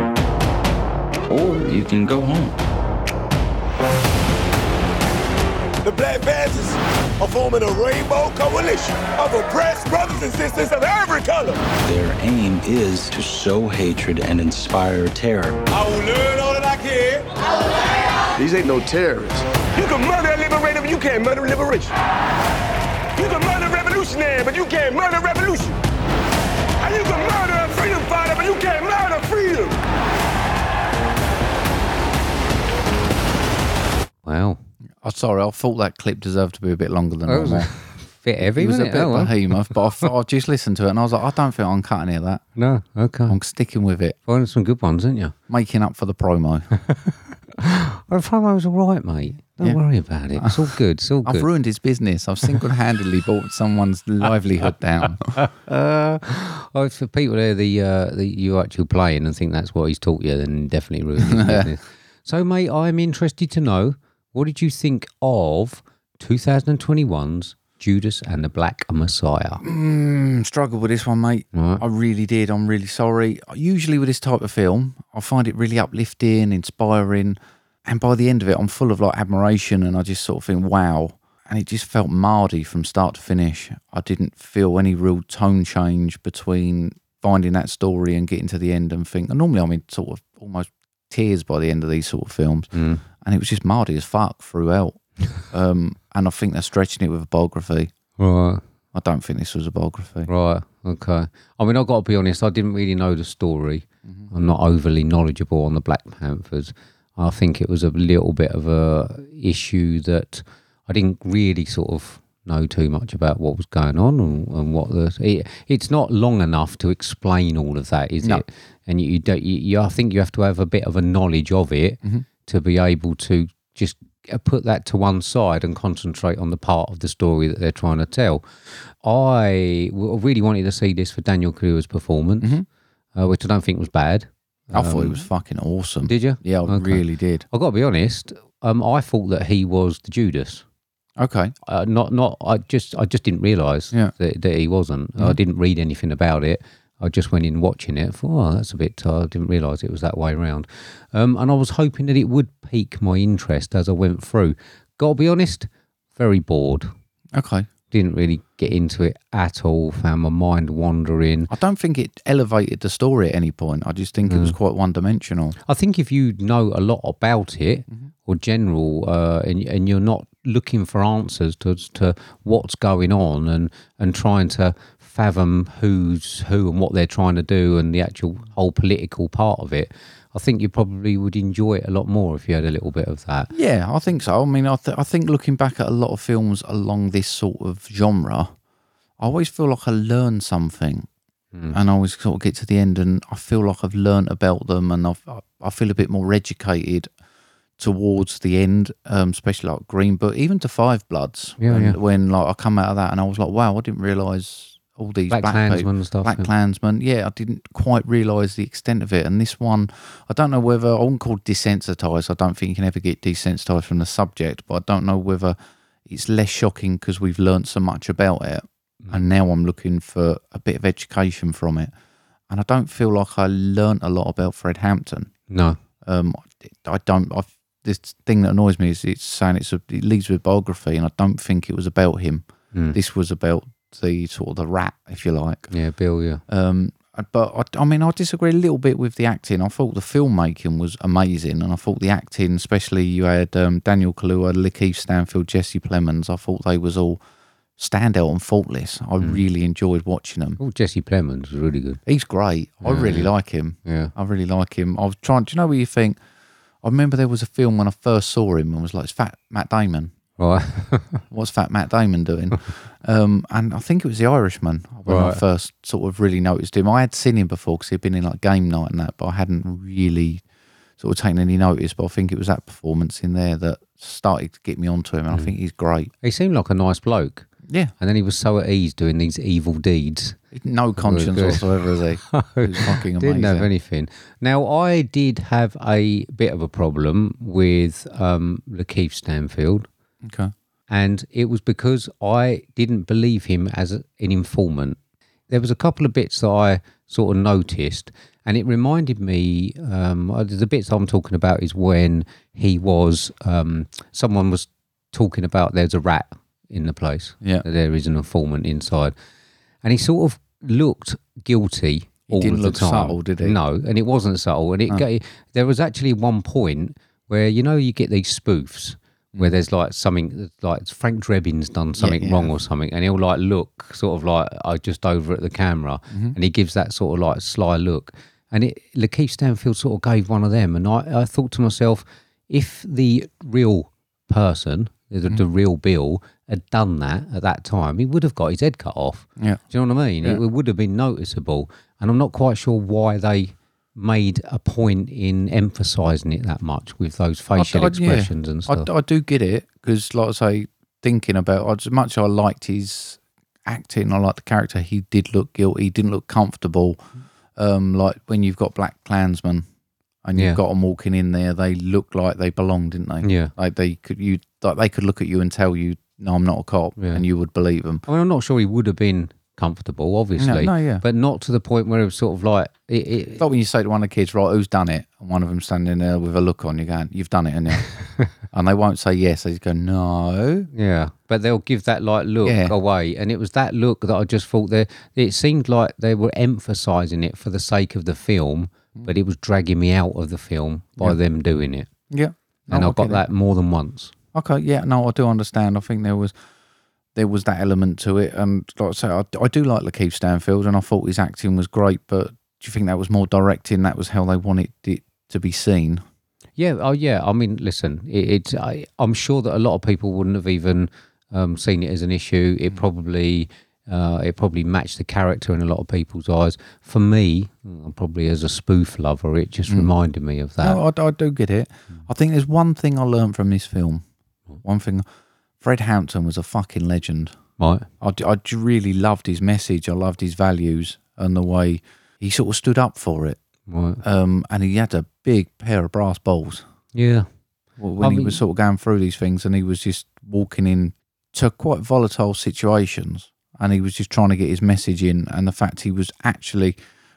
E: or you can go home.
D: The Black Panthers are forming a rainbow coalition of oppressed brothers and sisters of every color.
E: Their aim is to sow hatred and inspire terror.
D: I will learn all that I can.
F: These ain't no terrorists.
D: You can murder a liberator, but you can't murder liberation. You can murder a revolutionary, but you can't murder revolution. And you can murder a freedom fighter, but you can't murder freedom.
B: Wow.
A: Oh, sorry, I thought that clip deserved to be a bit longer than
B: That Oh, was
A: normal.
B: a bit heavy,
A: It was a
B: wasn't
A: bit
B: it? Oh, well.
A: behemoth, but I, thought, I just listened to it and I was like, I don't think I'm cutting it. That
B: No, okay.
A: I'm sticking with it,
B: finding some good ones, aren't you?
A: making up for the promo.
B: Well, the promo was all right, mate. Don't worry about it. It's all good. It's all
A: I've
B: good.
A: ruined his business. I've single-handedly brought someone's livelihood down.
B: Oh, if the people there, the uh, the you actually playing and think that's what he's taught you, then definitely ruined his business. So, mate, I'm interested to know what did you think of 2021's Judas and the Black Messiah?
A: Mm, struggled with this one, mate. I really did. I'm really sorry. Usually with this type of film, I find it really uplifting, inspiring, and by the end of it, I'm full of like admiration, and I just sort of think, wow. And it just felt mardy from start to finish. I didn't feel any real tone change between finding that story and getting to the end and think. And normally, I'm in sort of almost tears by the end of these sort of films, and it was just mardy as fuck throughout. um, and I think they're stretching it with a biography.
B: Right,
A: I don't think this was a biography.
B: right, okay. I mean, I've got to be honest. I didn't really know the story. I'm not overly knowledgeable on the Black Panthers. I think it was a little bit of a issue that I didn't really sort of know too much about what was going on and, and what the it, it's not long enough to explain all of that, is it? And you, you don't. You, you, I think you have to have a bit of a knowledge of it to be able to just uh, put that to one side and concentrate on the part of the story that they're trying to tell. I w- really wanted to see this for Daniel Kaluuya's performance, uh, which I don't think was bad.
A: I thought it was fucking awesome.
B: Um, Did you?
A: Yeah, I
B: Okay.
A: really did.
B: I've got to be honest. Um, I thought that he was the Judas.
A: Okay.
B: Uh, not, not. I just, I just didn't realise
A: Yeah.
B: that, that he wasn't. I didn't read anything about it. I just went in watching it. Thought, oh, that's a bit. I didn't realise it was that way round. Um, and I was hoping that it would pique my interest as I went through. Got to be honest, very bored.
A: Okay.
B: Didn't really get into it at all. Found my mind wandering.
A: I don't think it elevated the story at any point. I just think it
B: Mm.
A: was quite one dimensional.
B: I think if you know a lot about it or general, uh, and and you're not looking for answers to to what's going on and and trying to fathom who's who and what they're trying to do and the actual whole political part of it, I think you probably would enjoy it a lot more if you had a little bit of that.
A: Yeah, I think so. I mean, I, th- I think looking back at a lot of films along this sort of genre, I always feel like I learn something.
B: Mm.
A: And I always sort of get to the end and I feel like I've learnt about them and I've, I- I feel a bit more educated towards the end, um, especially like Green Book, even to Five Bloods.
B: Yeah,
A: when,
B: yeah.
A: when like I come out of that and I was like, wow, I didn't realise all these
B: Black
A: black,
B: Klansmen
A: people-
B: and stuff,
A: Black
B: yeah.
A: Klansmen, yeah, I didn't quite realise the extent of it. And this one, I don't know whether I wouldn't call it desensitised. I don't think you can ever get desensitised from the subject, but I don't know whether it's less shocking because we've learnt so much about it.
B: Mm.
A: And now I'm looking for a bit of education from it. And I don't feel like I learnt a lot about Fred Hampton.
B: No,
A: Um, I don't. I've, this thing that annoys me is it's saying it's a, it leads with biography, and I don't think it was about him. This was about the sort of the rat, if you like.
B: yeah, Bill, yeah,
A: Um, but I, I mean, I disagree a little bit with the acting. I thought the filmmaking was amazing, and I thought the acting, especially you had um, Daniel Kaluuya, Lakeith Stanfield, Jesse Plemons. I thought they was all standout and faultless. I really enjoyed watching them.
B: oh Jesse Plemons was really good.
A: He's great. I really like him.
B: Yeah.
A: I really like him. I was trying. Do you know what you think? I remember there was a film when I first saw him and was like, "It's Fat Matt Damon."
B: Right,
A: what's fat Matt Damon doing? um, and I think it was The Irishman when I
B: Right.
A: first sort of really noticed him. I had seen him before because he'd been in like game night and that, but I hadn't really sort of taken any notice. But I think it was that performance in there that started to get me onto him, and
B: Mm.
A: I think he's great.
B: he seemed like a nice bloke,
A: Yeah,
B: and then he was so at ease doing these evil deeds.
A: no conscience
B: good.
A: whatsoever, is he? He's fucking amazing.
B: Didn't have anything. Now I did have a bit of a problem with um, Lakeith Stanfield
A: Okay.
B: and it was because I didn't believe him as an informant. There was a couple of bits that I sort of noticed, and it reminded me. Um, uh, the bits I'm talking about is when he was um, someone was talking about there's a rat in the place.
A: Yeah.
B: that there is an informant inside, and he sort of looked guilty. all
A: didn't
B: of the
A: look
B: time.
A: subtle, did he? Ah.
B: No, no, and it wasn't subtle. And it ga- there was actually one point where you know you get these spoofs where there's like something like Frank Drebin's done something
A: Mm. yeah.
B: wrong or something, and he'll like look sort of like uh, just over at the camera,
A: Mm-hmm.
B: and he gives that sort of like sly look. And it Lakeith Stanfield sort of gave one of them, and I, I thought to myself, if the real person, the, the
A: Mm-hmm.
B: real Bill, had done that at that time, he would have got his head cut off.
A: Yeah.
B: Do you know what I mean? It would have been noticeable. And I'm not quite sure why they made a point in emphasizing it that much with those facial
A: I- I- yeah.
B: expressions and
A: I-
B: stuff.
A: I, do get it because, like I say, thinking about as much as I liked his acting, I liked the character. He did look guilty. He didn't look comfortable. Um, like when you've got black Klansmen and
B: Yeah.
A: you've got them walking in there, they look like they belong, didn't they?
B: Yeah.
A: like they could you like they could look at you and tell you, "No, I'm not a cop,"
B: Yeah.
A: and you would believe them.
B: I mean, I'm not sure he would have been comfortable, obviously.
A: no, yeah.
B: But not to the point where it was sort of like it, it,
A: Like when you say to one of the kids, "Right, who's done it?" and one of them standing there with a look on, you're going, "You've done it," and and they won't say yes. They just go, "No."
B: Yeah, but they'll give that like look
A: Yeah.
B: away, and it was that look that I just thought there. It seemed like they were emphasising it for the sake of the film,
A: Mm.
B: but it was dragging me out of the film by them doing it,
A: Yeah, No,
B: and
A: Oh, I
B: I got
A: get it.
B: that more than once.
A: Okay, yeah, no, I do understand. I think there was there was that element to it, and like I say, I, I do like Lakeith Stanfield, and I thought his acting was great. But do you think that was more directing? That was how they wanted it to be seen.
B: Yeah, oh yeah. I mean, listen, it, it's I, I'm sure that a lot of people wouldn't have even um, seen it as an issue.
A: Mm.
B: It probably uh, it probably matched the character in a lot of people's eyes. For me, mm, probably as a spoof lover, it just reminded me of that.
A: Mm.
B: Hmm.
A: No, I, I do get it. I think there's one thing I learned from this film. One thing, Fred Hampton was a fucking legend.
B: Right?
A: I, d- I d- really loved his message. I loved his values and the way he sort of stood up for it.
B: Right.
A: Um, and he had a big pair of brass balls.
B: Yeah.
A: Well, when
B: I
A: he
B: mean-
A: was sort of going through these things and he was just walking in to quite volatile situations and he was just trying to get his message in and the fact he was actually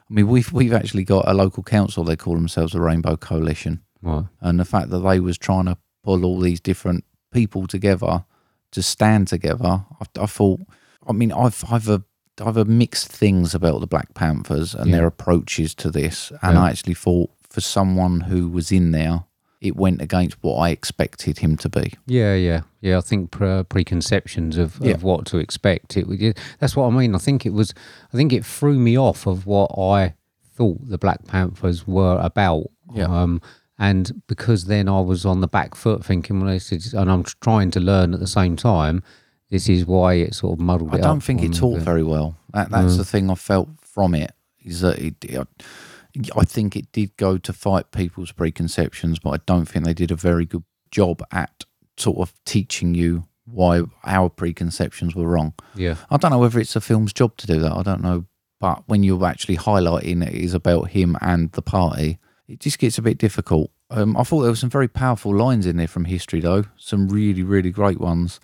A: I mean we've we've actually got a local council they call themselves the Rainbow Coalition
B: Right.
A: and the fact that they was trying to pull all these different people together to stand together I, I thought I mean I've I've a I've a mixed things about the Black Panthers and their approaches to this and
B: Yeah.
A: I actually thought for someone who was in there it went against what I expected him to be
B: Yeah, yeah, yeah. I think pre- preconceptions of,
A: Yeah.
B: of what to expect. It, would- it that's what I mean. I think it was. I think it threw me off of what I thought the Black Panthers were about.
A: Yeah.
B: Um, and because then I was on the back foot thinking, well, this is, and I'm trying to learn at the same time. This is why it sort of muddled
A: I
B: it
A: don't
B: up Mm.
A: think
B: for
A: it
B: me,
A: taught
B: but-
A: very well that, that's the thing I felt from it is that it, I, I think it did go to fight people's preconceptions but I don't think they did a very good job at sort of teaching you why our preconceptions were wrong
B: Yeah.
A: I don't know whether it's a film's job to do that. I don't know. But when you're actually highlighting it is about him and the party, it just gets a bit difficult. Um, I thought there were some very powerful lines in there from history, though. Some really, really great ones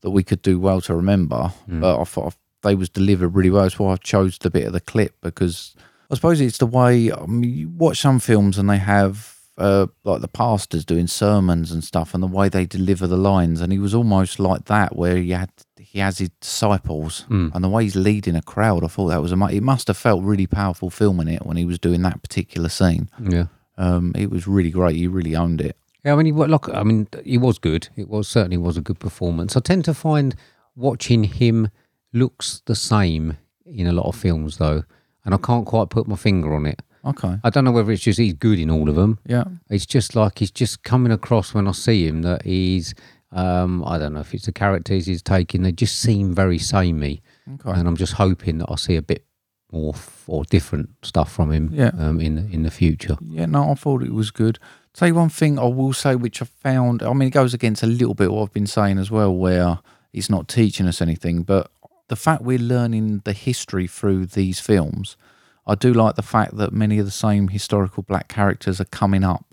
A: that we could do well to remember. But I thought they was delivered really well. That's why I chose the bit of the clip because I suppose it's the way I mean, you watch some films and they have uh, like the pastors doing sermons and stuff, and the way they deliver the lines. And he was almost like that, where he had he has his disciples and the way he's leading a crowd. I thought that was a mu- it must have felt really powerful filming it when he was doing that particular scene.
B: Yeah.
A: Um, it was really great. He really owned it.
B: Yeah, I mean, he, wa- look, I mean, he was good. It was certainly was a good performance. I tend to find watching him looks the same in a lot of films, though, and I can't quite put my finger on it.
A: Okay.
B: I don't know whether it's just he's good in all of them.
A: Yeah.
B: It's just like he's just coming across when I see him that he's, um, I don't know if it's the characters he's taking. They just seem very samey,
A: Okay.
B: and I'm just hoping that I see a bit more f- or different stuff from him
A: Yeah.
B: um, in the, in the future.
A: Yeah, no, I thought it was good. Tell you one thing I will say, which I found, I mean, it goes against a little bit what I've been saying as well, where it's not teaching us anything, but the fact we're learning the history through these films, I do like the fact that many of the same historical black characters are coming up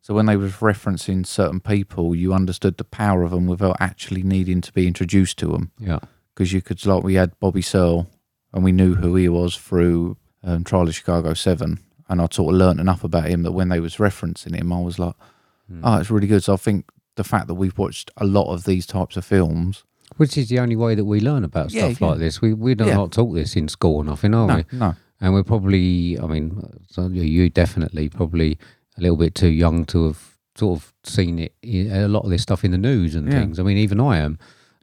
A: So when they was referencing certain people, you understood the power of them without actually needing to be introduced to them
B: Yeah.
A: because you could like we had Bobby Searle and we knew who he was through um, Trial of Chicago Seven, and I sort of learnt enough about him that when they was referencing him, I was like,
B: Hmm.
A: oh, it's really good. So I think the fact that we've watched a lot of these types of films,
B: Which is the only way that we learn about
A: Yeah,
B: stuff
A: yeah.
B: like this. We we don't
A: Yeah.
B: not taught this in school or nothing, are we?
A: no,
B: And we're probably, I mean, so you- you definitely probably a little bit too young to have sort of seen it. A lot of this stuff in the news and
A: Yeah.
B: things. I mean, even I am.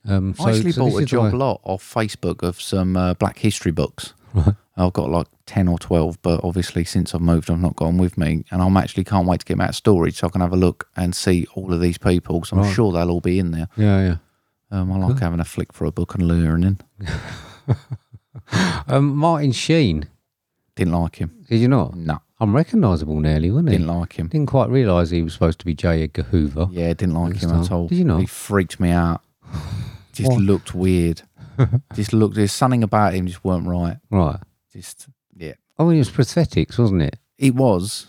B: Um, so,
A: I actually
B: so this
A: bought a
B: is the way-
A: job lot off Facebook of some uh, Black History books. Right. I've got like ten or twelve, but obviously since I've moved, I've not gone with me, and I'm actually can't wait to get them out of storage so I can have a look and see all of these people. So I'm sure they'll all be in there.
B: Yeah, yeah.
A: Um, I like having a flick for a book and learning.
B: Um, Martin Sheen.
A: Didn't like him.
B: Did you not?
A: No,
B: Unrecognisable nearly, wasn't he?
A: didn't like him.
B: Didn't quite realise he was supposed to be J. Edgar Hoover.
A: Yeah, didn't like him
B: Understand.
A: at all.
B: Did you not?
A: He freaked me out. Just looked weird. just looked. There's something about him just weren't right.
B: Right.
A: Just yeah,
B: Oh, it was prosthetics, wasn't it?
A: it was.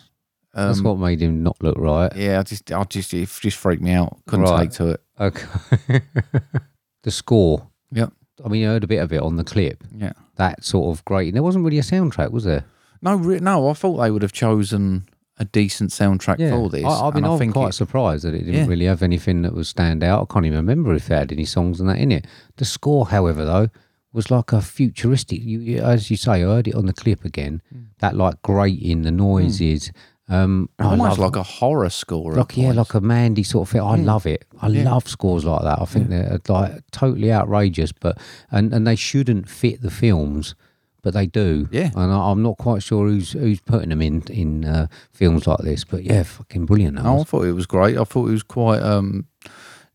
A: Um,
B: That's what made him not look right.
A: Yeah, I just, I just, it just freaked me out. Couldn't
B: Right.
A: take to it.
B: Okay. the score.
A: Yep.
B: I mean, I heard a bit of it on the clip.
A: Yeah.
B: That sort of great. And there wasn't really a soundtrack, was there?
A: No, re- no. I thought they would have chosen a decent soundtrack for this.
B: I, I mean,
A: and
B: I am
A: think
B: quite
A: it-
B: surprised that it didn't
A: Yeah.
B: really have anything that was stand out. I can't even remember if they had any songs and that in it. The score, however, though, was like a futuristic. You, you, as you say, I heard it on the clip again. That like grating, the noises. Um, I
A: almost
B: love-
A: like a horror score. at
B: like yeah,
A: points.
B: like a Mandy sort of thing. I love it. I love scores like that. I think they're like totally outrageous, but and and they shouldn't fit the films, but they do.
A: Yeah.
B: and I, I'm not quite sure who's who's putting them in in uh, films like this, but yeah, fucking brilliant. That
A: No, I
B: was.
A: thought it was great. I thought it was quite. Um,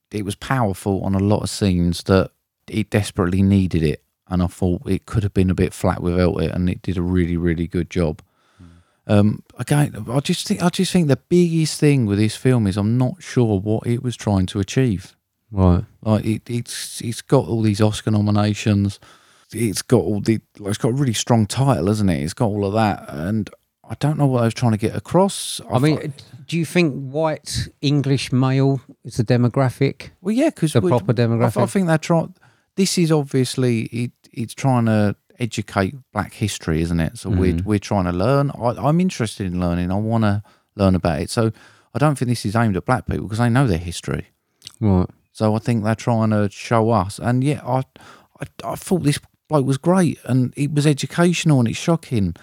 A: it was powerful on a lot of scenes that it desperately needed it, and I thought it could have been a bit flat without it, and it did a really, really good job.
B: Hmm.
A: Um, again, I just think I just think the biggest thing with this film is I'm not sure what it was trying to achieve.
B: right.
A: Like it, it's it's got all these Oscar nominations. It's got all the like, it's got a really strong title, isn't it? It's got all of that, and I don't know what I was trying to get across.
B: I mean,
A: thought-
B: do you think white English male is the demographic?
A: Well, yeah, because
B: The proper demographic.
A: I, I think they're trying. This is obviously it, it's trying to educate Black history, isn't it? So we're
B: Mm-hmm.
A: we're trying to learn. I, I'm interested in learning. I want to learn about it. So I don't think this is aimed at Black people because they know their history.
B: Right.
A: So I think they're trying to show us. And yeah, I, I, I thought this bloke was great and it was educational and it's shocking.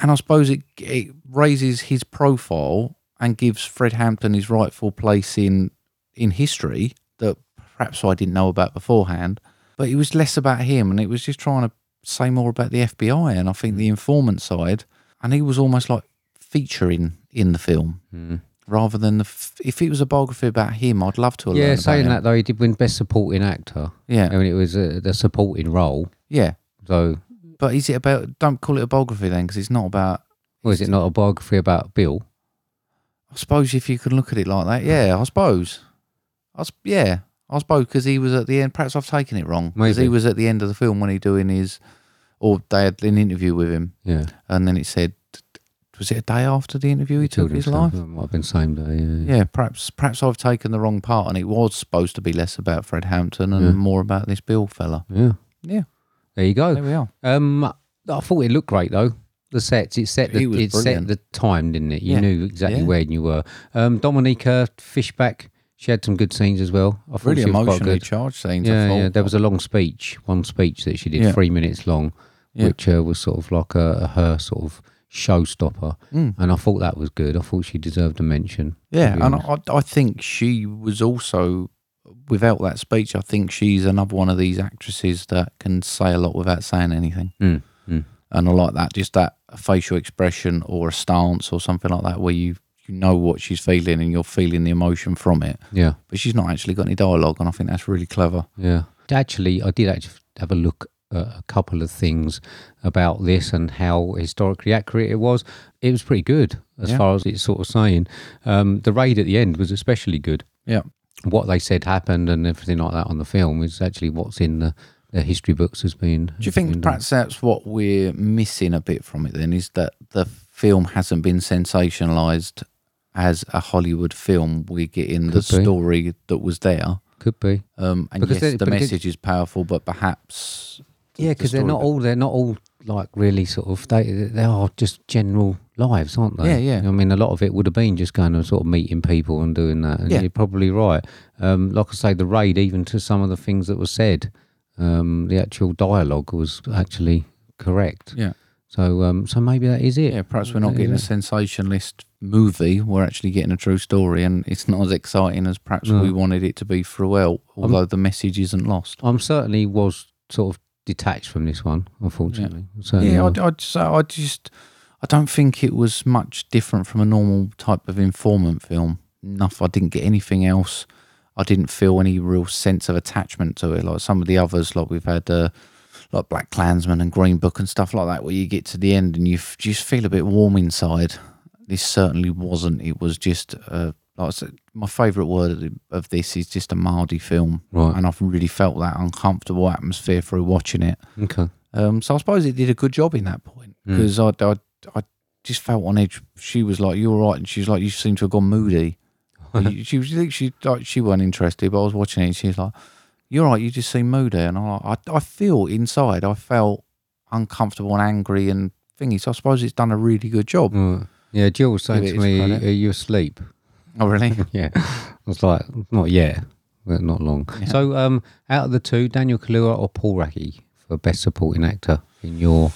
A: And I suppose it, it raises his profile and gives Fred Hampton his rightful place in in history that perhaps I didn't know about beforehand. But it was less about him and it was just trying to say more about the FBI and I think the informant side. And he was almost like featuring in the film.
B: Hmm.
A: Rather than the, f- if it was a biography about him, I'd love to. have learned
B: Yeah,
A: about
B: saying
A: him.
B: that though, he did win best supporting actor.
A: Yeah.
B: I mean, it was uh, the supporting role.
A: Yeah,
B: So,
A: but is it about? Don't call it a biography then, because it's not about.
B: was it not a biography about Bill?
A: I suppose if you can look at it like that, yeah, I suppose. I s- yeah, I suppose because he was at the end. Perhaps I've taken it wrong because
B: Maybe.
A: he was at the end of the film when he doing his, or they had an interview with him,
B: Yeah.
A: and then it said, was it a day after the interview he took
B: Children's
A: his life?
B: Club, It might have been same day. Yeah.
A: Yeah, perhaps perhaps I've taken the wrong part, and it was supposed to be less about Fred Hampton and more about this Bill fella.
B: yeah. Yeah.
A: Yeah,
B: There you
A: there
B: go.
A: we are.
B: Um, I thought it looked great though. The sets, it set the,
A: He was
B: it set
A: brilliant.
B: the time, didn't it? You
A: Yeah.
B: knew exactly
A: Yeah.
B: where you were. Um, Dominica Fishback, she had some good scenes as well. I thought
A: Really
B: she was quite
A: emotionally
B: good.
A: charged scenes. I
B: Yeah, yeah.
A: thought.
B: There was a long speech, one speech that she did,
A: Yeah.
B: three minutes long,
A: Yeah.
B: which uh, was sort of like a, a her sort of showstopper,
A: Mm.
B: and I thought that was good. I thought she deserved a mention. to
A: Yeah,
B: be
A: and
B: honest.
A: I, I think she was also, without that speech, I think she's another one of these actresses that can say a lot without saying anything.
B: Mm, mm.
A: And I like that, just that facial expression or a stance or something like that, where you you know what she's feeling and you're feeling the emotion from it.
B: yeah,
A: But she's not actually got any dialogue, and I think that's really clever.
B: Yeah. Actually, I did actually have a look at a couple of things about this and how historically accurate it was. It was pretty good as
A: Yeah.
B: far as it's sort of saying. Um, the raid at the end was especially good.
A: Yeah,
B: What they said happened and everything like that on the film is actually what's in the, the history books has been.
A: Do you think perhaps that's what we're missing a bit from it then is that the film hasn't been sensationalized as a Hollywood film, we're getting the
B: Could be.
A: story that was there.
B: Could be.
A: Um, and yes,
B: Because they-
A: the
B: but it-
A: message is powerful, but perhaps
B: Yeah, because they're
A: story
B: not
A: bit.
B: all they're not all like really sort of they they are just general lives, aren't they?
A: Yeah, yeah.
B: I mean, a lot of it would have been just going and sort of meeting people and doing that. And
A: Yeah.
B: you're probably right. Um, like I say, the raid, even to some of the things that were said, um, the actual dialogue was actually correct.
A: yeah,
B: So, um, so maybe that is it.
A: yeah. Perhaps we're not getting a sensationalist movie. We're actually getting a true story, and it's not as exciting as perhaps we wanted it to be throughout. Although the message isn't lost.
B: I'm certainly was sort of detached from this one, unfortunately. Certainly
A: Yeah,
B: was.
A: I, I just, I just, I don't think it was much different from a normal type of informant film. Enough, I didn't get anything else. I didn't feel any real sense of attachment to it, like some of the others, like we've had, uh, like Black Klansman and Green Book and stuff like that, where you get to the end and you f- just feel a bit warm inside. This certainly wasn't. It was just, uh, like I said, my favourite word of the- of this is just a Mardy film,
B: Right.
A: and I've really felt that uncomfortable atmosphere through watching it.
B: okay.
A: Um, so I suppose it did a good job in that point because I, I, I just felt on edge. She was like, "You're right," and she's like, "You seem to have gone moody." You- she was she like she wasn't interested, but I was watching it. and She's like, "You're right. You just seem moody," and I I, I feel inside. I felt uncomfortable and angry and thingy. So I suppose it's done a really good job.
B: Right. Yeah, Jill was saying
A: Give it
B: to
A: its
B: me,
A: credit.
B: "Are you asleep?"
A: Oh really?
B: Yeah. I was like, not yet, but not long. So, um, out of the two, Daniel Kaluuya or Paul Racky for best supporting actor in your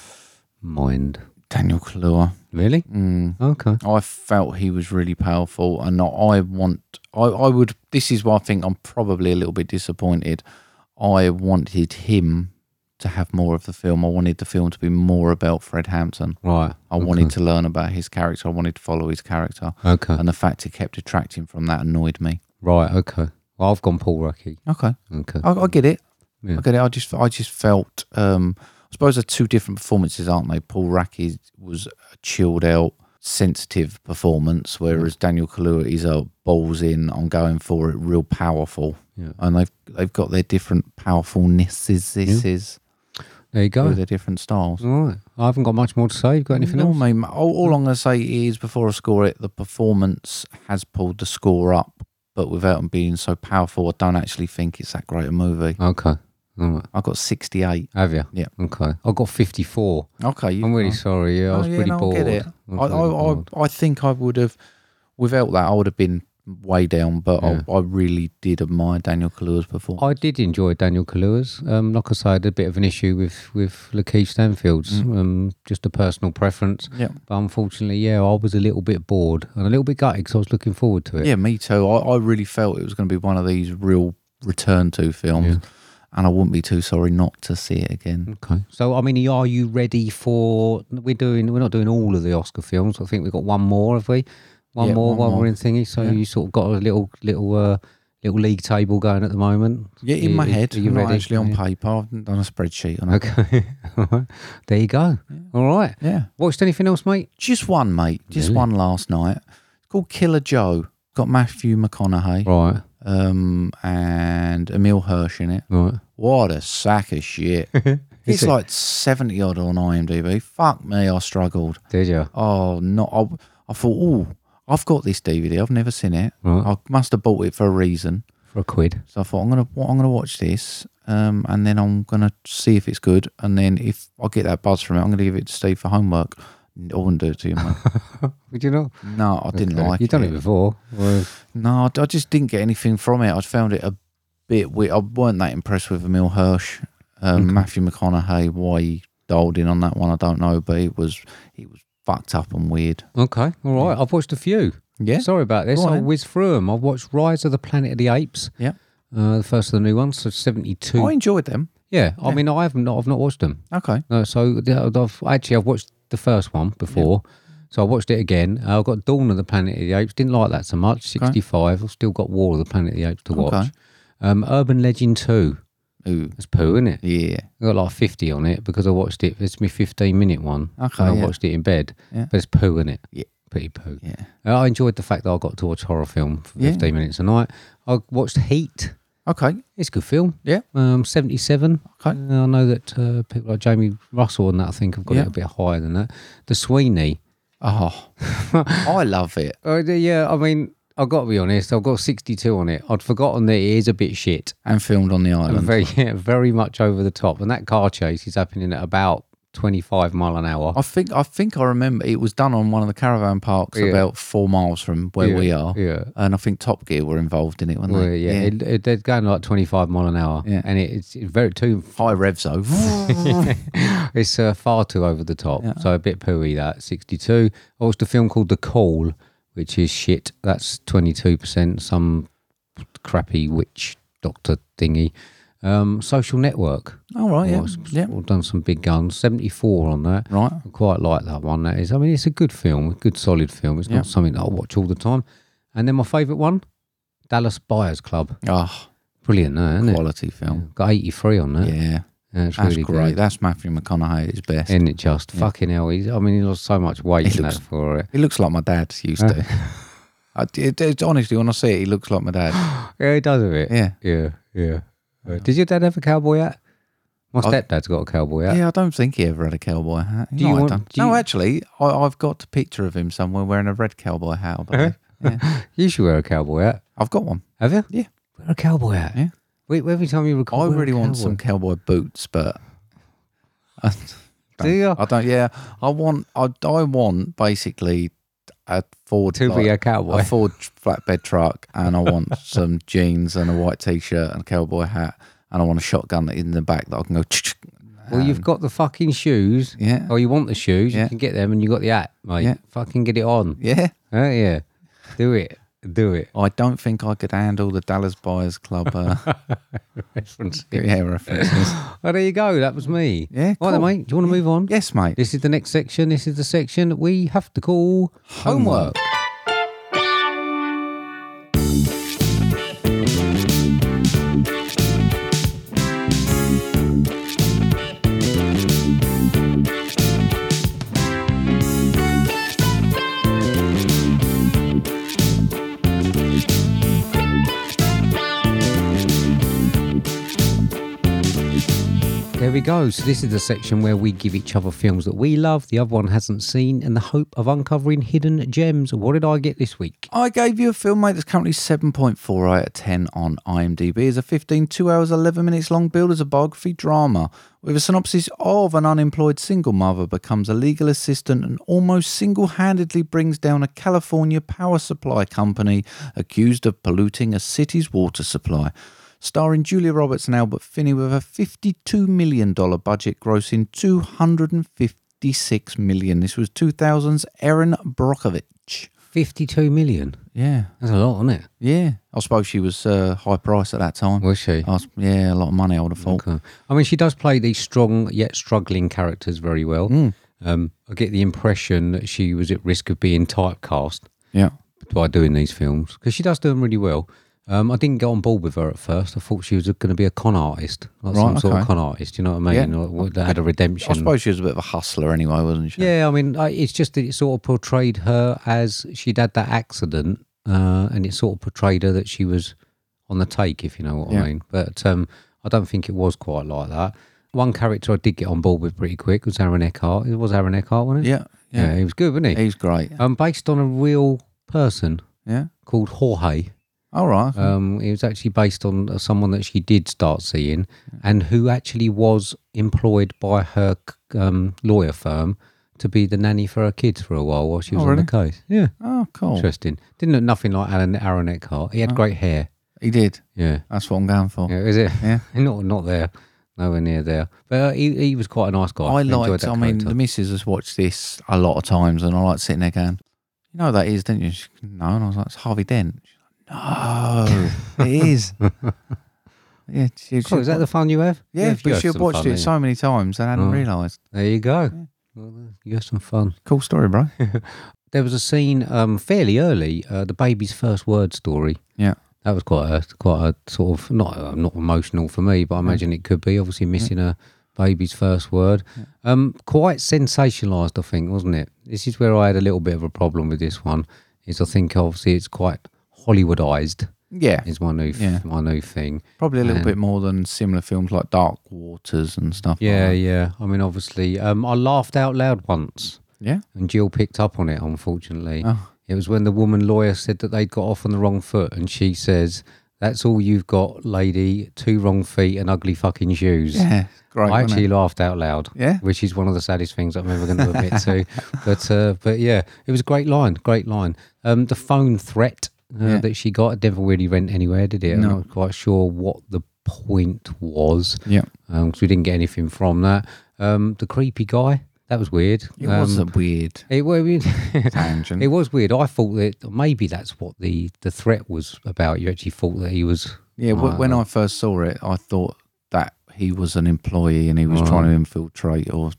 B: mind?
A: Daniel Kaluuya.
B: Really? Mm. Okay.
A: I felt he was really powerful, and I- I want, I, I would. This is why I think I'm probably a little bit disappointed. I wanted him to have more of the film. I wanted the film to be more about Fred Hampton.
B: Right.
A: I wanted to learn about his character. I wanted to follow his character,
B: Okay.
A: and the fact it kept detracting from that annoyed me.
B: Right. Okay. Well, I've gone Paul Racky.
A: Okay,
B: Okay.
A: I, I get it.
B: Yeah.
A: I get it. I just, I just felt. Um, I suppose they're two different performances, aren't they? Paul Racky was a chilled out, sensitive performance, whereas Daniel Kaluuya is a balls in, I'm going for it, real powerful.
B: Yeah.
A: And they've they've got their different powerfulnesses. This is
B: There you go.
A: their different styles.
B: All right. I haven't got much more to say. You've got Oh. anything
A: No,
B: else?
A: mate, all, all I'm going to say is before I score it, the performance has pulled the score up, but without them being so powerful, I don't actually think it's that great a movie.
B: Okay. All right.
A: I got 68.
B: Have you?
A: Yeah.
B: Okay. I got 54.
A: Okay, you,
B: I'm really
A: oh.
B: sorry. Yeah, I
A: Oh,
B: was
A: yeah,
B: pretty
A: no,
B: bored.
A: I get it.
B: I
A: I,
B: was really
A: I,
B: bored.
A: I, I think I would have, without that, I would have been way down, but I, I really did admire Daniel Kaluuya's performance.
B: I did enjoy Daniel Kaluuya's. Um, like I said, I had a bit of an issue with with Lakeith Stanfield's, um, just a personal preference.
A: Mm. Yeah.
B: But unfortunately, yeah, I was a little bit bored and a little bit gutted because I was looking forward to it.
A: yeah, me too. I, I really felt it was going to be one of these real return to films, and I wouldn't be too sorry not to see it again.
B: Okay. So, I mean, are you ready for? We're doing. We're not doing all of the Oscar films. I think we've got one more, have we? One
A: Yeah,
B: more
A: one
B: while
A: more.
B: we're in thingy. So you sort of got a little little uh, little league table going at the moment.
A: Yeah,
B: Are
A: in my
B: you-
A: head,
B: Are you
A: not
B: ready?
A: actually on
B: Yeah.
A: paper. I've done a spreadsheet on it.
B: Okay. there you go. All right.
A: Yeah.
B: Watched anything else, mate?
A: Just one, mate. Just one last night. It's called Killer Joe. Got Matthew McConaughey
B: Right.
A: um, and Emil Hirsch in it.
B: Right.
A: What a sack of shit. it's like 70 odd on IMDb. Fuck me, I struggled.
B: Did you?
A: Oh, no. I, I thought, oh, I've got this DVD. I've never seen it. I must have bought it for a reason.
B: For a quid.
A: So I thought, I'm going to I'm gonna watch this um, and then I'm going to see if it's good. And then if I get that buzz from it, I'm going to give it to Steve for homework. I wouldn't do it to you, mate.
B: Would you not?
A: No, I didn't like
B: You've
A: it.
B: done it before. Well,
A: No, I- I just didn't get anything from it. I found it a bit weird. I weren't that impressed with Emil Hirsch, um, Matthew McConaughey. Why he dialed in on that one, I don't know, but it was it was fucked up and weird.
B: okay. All right. I've watched a few.
A: Yeah.
B: Sorry about this.
A: Go on
B: I'll
A: then.
B: whiz through them. I've watched Rise of the Planet of the Apes,
A: Yeah,
B: uh, the first of the new ones, so 72.
A: I enjoyed them.
B: yeah. I mean, I haven't, I've not watched them.
A: Okay,
B: No, so the- I've actually I've watched the first one before, so I watched it again. Uh, I got Dawn of the Planet of the Apes. Didn't like that so much. Sixty five. I've still got War of the Planet of the Apes to watch.
A: Okay.
B: Um, Urban Legend two.
A: Ooh.
B: That's poo, isn't it?
A: yeah,
B: I got like fifty on it because I watched it. It's my fifteen minute one.
A: Okay,
B: And I
A: yeah.
B: watched it in bed.
A: Yeah.
B: But it's poo, isn't it?
A: Yeah.
B: Pretty poo.
A: yeah.
B: Uh, I enjoyed the fact that I got to watch horror film for
A: Yeah.
B: fifteen minutes a night. I watched Heat.
A: Okay,
B: It's a good film.
A: yeah.
B: Um, 77.
A: Okay.
B: Uh, I know that uh, people like Jamie Russell and that, I think, have got
A: Yeah.
B: it a bit higher than that. The Sweeney,
A: Oh, I love it.
B: Uh, yeah, I mean, I've got to be honest. I've got 62 on it. I'd forgotten that it is a bit shit.
A: And filmed on the island.
B: Very, yeah, very much over the top. And that car chase is happening at about 25 mile an hour.
A: I think I think I remember it was done on one of the caravan parks
B: Yeah.
A: about four miles from where
B: Yeah,
A: we are.
B: yeah.
A: And I think Top Gear were involved in it, weren't
B: Well,
A: they?
B: yeah, It, it, they're going like 25 mile an hour.
A: Yeah.
B: And it, it's very too,
A: High revs though.
B: it's uh, far too over the top. So a bit pooey that, 62. I watched a film called The Call, which is shit. That's 22%, some crappy witch doctor thingy. Um, social Network.
A: All right, Oh, yeah.
B: Well, it's-
A: yeah.
B: well done some big guns. 74 on that.
A: Right.
B: I quite like that one, that is. I mean, it's a good film, a good solid film. It's
A: Yeah.
B: not something that I'll watch all the time. And then my favourite one, Dallas Buyers Club.
A: Oh,
B: Brilliant, that, isn't
A: quality film.
B: it? Got 83 on that.
A: Yeah.
B: That's,
A: That's
B: really
A: great.
B: great. Good.
A: That's Matthew McConaughey at his best.
B: Isn't it just? Fucking hell. He's, I mean, he lost so much weight
A: He
B: in
A: looks-
B: that for it.
A: He looks like my dad used to. I, it, it- honestly, when I see it, he looks like my dad.
B: Yeah, he does a bit.
A: Yeah.
B: Yeah, yeah. Uh, Did your dad have a cowboy hat? My stepdad's got a cowboy hat.
A: Yeah, I don't think he ever had a cowboy hat.
B: Do
A: no,
B: you
A: I
B: want-
A: don't.
B: do
A: no,
B: you-
A: actually, I, I've got a picture of him somewhere wearing a red cowboy hat.
B: Uh-huh.
A: I believe.
B: You should wear a cowboy hat.
A: I've got one.
B: Have you?
A: Yeah.
B: Wear a cowboy hat.
A: Yeah.
B: Wait, every time you record,
A: I
B: wear a
A: really want
B: cowboy
A: some cowboy boots, but I
B: Do you?
A: I don't. Yeah, I want. I, I want basically a Ford
B: To be a cowboy.
A: a Ford flatbed truck, and I want some jeans and a white t-shirt and a cowboy hat, and I want a shotgun that in the back that I can go.
B: Well, you've got the fucking shoes.
A: Yeah.
B: Or you want the shoes.
A: Yeah.
B: You can get them and you got the hat, mate.
A: Yeah.
B: Fucking get it on.
A: Yeah,
B: Yeah. yeah. Do it. Do it.
A: I don't think I could handle the Dallas Buyers Club. Uh, yeah, references.
B: Oh, there you go. That was me.
A: Yeah,
B: All right,
A: cool.
B: then, mate. Do you want to move on?
A: Yes, mate.
B: This is the next section. This is the section that we have to call homework. There we go. So this is the section where we give each other films that we love, the other one hasn't seen, and the hope of uncovering hidden gems. What did I get this week?
A: I gave you a film, mate, that's currently 7.4 out of 10 on IMDb. It's a 15, 2 hours, 11 minutes long build as a biography drama with a synopsis of an unemployed single mother becomes a legal assistant and almost single handedly brings down a California power supply company accused of polluting a city's water supply. Starring Julia Roberts and Albert Finney with a $52 million budget, grossing $256 million. This was 2000's Erin Brockovich.
B: Fifty-two million.
A: Yeah.
B: That's a lot, isn't it?
A: Yeah, I suppose she was uh, high price at that time.
B: Was she?
A: I was- yeah, a lot of money. I would have thought.
B: Oh, Okay. I mean, she does play these strong yet struggling characters very well. Um, I get the impression that she was at risk of being typecast
A: Yeah,
B: by doing these films because she does do them really well. Um, I didn't get on board with her at first. I thought she was going to be a con artist, like some
A: Right,
B: sort
A: okay.
B: of con artist. You know what I mean?
A: Yeah.
B: Like, what- that had a redemption.
A: I suppose she was a bit of a hustler anyway, wasn't she?
B: Yeah, I mean, I, it's just that it sort of portrayed her as she'd had that accident, uh, and it sort of portrayed her that she was on the take, if you know what
A: Yeah.
B: I mean. But um, I don't think it was quite like that. One character I did get on board with pretty quick was Aaron Eckhart. It was Aaron Eckhart, wasn't it?
A: yeah,
B: yeah,
A: yeah.
B: he was good, wasn't he?
A: He's great.
B: Um, based on a real person
A: Yeah.
B: called Jorge.
A: All right.
B: Um, it was actually based on uh, someone that she did start seeing, and who actually was employed by her c- um, lawyer firm to be the nanny for her kids for a while while she was
A: Oh,
B: on the case. Yeah,
A: oh, cool.
B: interesting. Didn't look nothing like Alan Aaron Eckhart. He had great hair.
A: He did.
B: Yeah,
A: That's what I'm going for.
B: yeah. Is it?
A: Yeah.
B: not not there. Nowhere near there. But uh, he he was quite a nice guy.
A: I
B: enjoyed
A: liked.
B: that
A: I mean,
B: character.
A: the missus has watched this a lot of times, and I like sitting there going, "You know who that is, don't you?" She, no, and I was like, "It's Harvey Dent." She's like, no, it is. Yeah, she,
B: Cool,
A: she-
B: Oh, is that the fun you have?
A: yeah,
B: you
A: but
B: have
A: she had
B: some
A: watched
B: fun,
A: it
B: don't you?
A: so many times and hadn't
B: Oh.
A: realised.
B: There you go. Well, uh, You have some fun.
A: Cool story, bro.
B: There was a scene um, fairly early, uh, the baby's first word story.
A: yeah.
B: That was quite a quite a sort of not uh, not emotional for me, but I imagine it could be. Obviously, missing a baby's first word, um, quite sensationalised, I think, wasn't it? This is where I had a little bit of a problem with this one. Is I think obviously it's quite Hollywoodised.
A: Yeah.
B: Is my new
A: Yeah.
B: my new thing.
A: Probably a little
B: And-
A: bit more than similar films like Dark Waters and stuff.
B: Yeah,
A: Like
B: yeah. I mean, obviously, um, I laughed out loud once.
A: Yeah.
B: and Jill picked up on it. Unfortunately,
A: Oh.
B: it was when the woman lawyer said that they'd got off on the wrong foot, and she says, "That's all you've got, lady: two wrong feet and ugly fucking shoes."
A: Yeah. Great.
B: I
A: wasn't
B: actually
A: it?
B: laughed out loud.
A: Yeah?
B: which is one of the saddest things I'm ever going to admit to. But uh, but yeah, it was a great line, great line. Um, the phone threat uh,
A: Yeah.
B: that she got it never really went anywhere, did it? I'm
A: No.
B: not quite sure what the point was
A: Yeah.
B: because we didn't get anything from that. Um, the creepy guy that was weird.
A: It
B: um,
A: was a weird
B: It, wa- it-
A: tangent.
B: it was weird. I thought that maybe that's what the, the threat was about. You actually thought that he was
A: yeah. wh- when I first saw it, I thought that he was an employee and he was trying to infiltrate or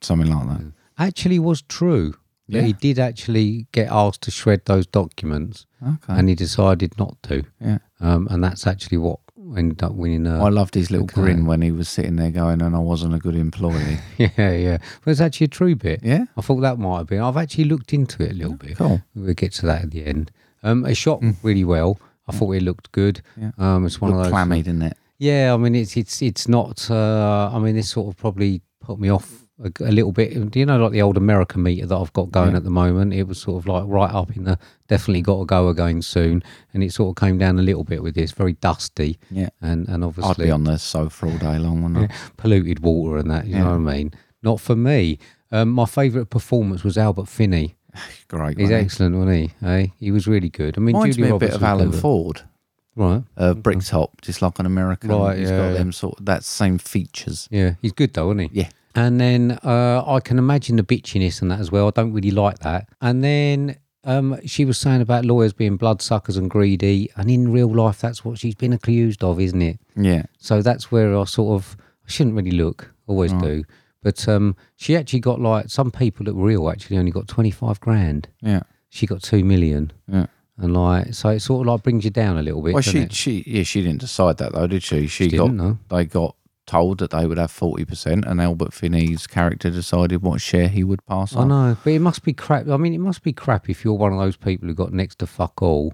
A: something like
B: Mm.
A: that.
B: actually was true. That
A: Yeah.
B: He did actually get asked to shred those documents,
A: Okay.
B: and he decided not to.
A: Yeah.
B: Um, and that's actually what ended up winning. Uh,
A: I loved his little
B: Okay.
A: grin when he was sitting there going, and I wasn't a good employee.
B: yeah, yeah. But it's actually a true bit.
A: Yeah?
B: I thought that might have been. I've actually looked into it a little bit.
A: cool. Mm.
B: We'll get to that at the end. Um, it shot really well. I thought it looked good.
A: Yeah.
B: Um, it's one of
A: Looked
B: those.
A: clammy, didn't it?
B: Yeah, I mean, it's it's it's not. Uh, I mean, this sort of probably put me off a, a little bit. Do you know, like the old American meter that I've got going at the moment? It was sort of like right up in the definitely got to go again soon, and it sort of came down a little bit with this. Very dusty,
A: Yeah.
B: and and
A: I'd be
B: obviously
A: on the sofa all day long, wouldn't I?
B: polluted water and that. You know what I mean? Not for me. Um, my favourite performance was Albert Finney.
A: Great.
B: He's
A: wasn't he?
B: excellent, wasn't he? Eh? He was really good. I mean,
A: Reminds
B: Julia
A: me a
B: Roberts
A: bit of
B: was
A: Alan
B: good,
A: Ford,
B: but- right?
A: uh, Bricktop, just like an American.
B: Mm-hmm. Right,
A: He's
B: yeah,
A: got
B: yeah.
A: them sort of that same features.
B: Yeah, he's good though, isn't he?
A: Yeah.
B: And then uh, I can imagine the bitchiness and that as well. I don't really like that. And then um, she was saying about lawyers being bloodsuckers and greedy, and in real life, that's what she's been accused of, isn't it?
A: Yeah.
B: So that's where I sort of I shouldn't really look. Always
A: Mm.
B: do. But um, she actually got like some people that were real actually only got twenty five grand.
A: Yeah.
B: She got two million,
A: Yeah.
B: and like so it sort of like brings you down a little bit.
A: Well,
B: doesn't
A: she
B: it?
A: she yeah she didn't decide that though, did she? She, got
B: didn't, no.
A: they got told that they would have forty percent, and Albert Finney's character decided what share he would pass
B: I
A: on.
B: know, but it must be crap. I mean, it must be crap if you're one of those people who got next to fuck all,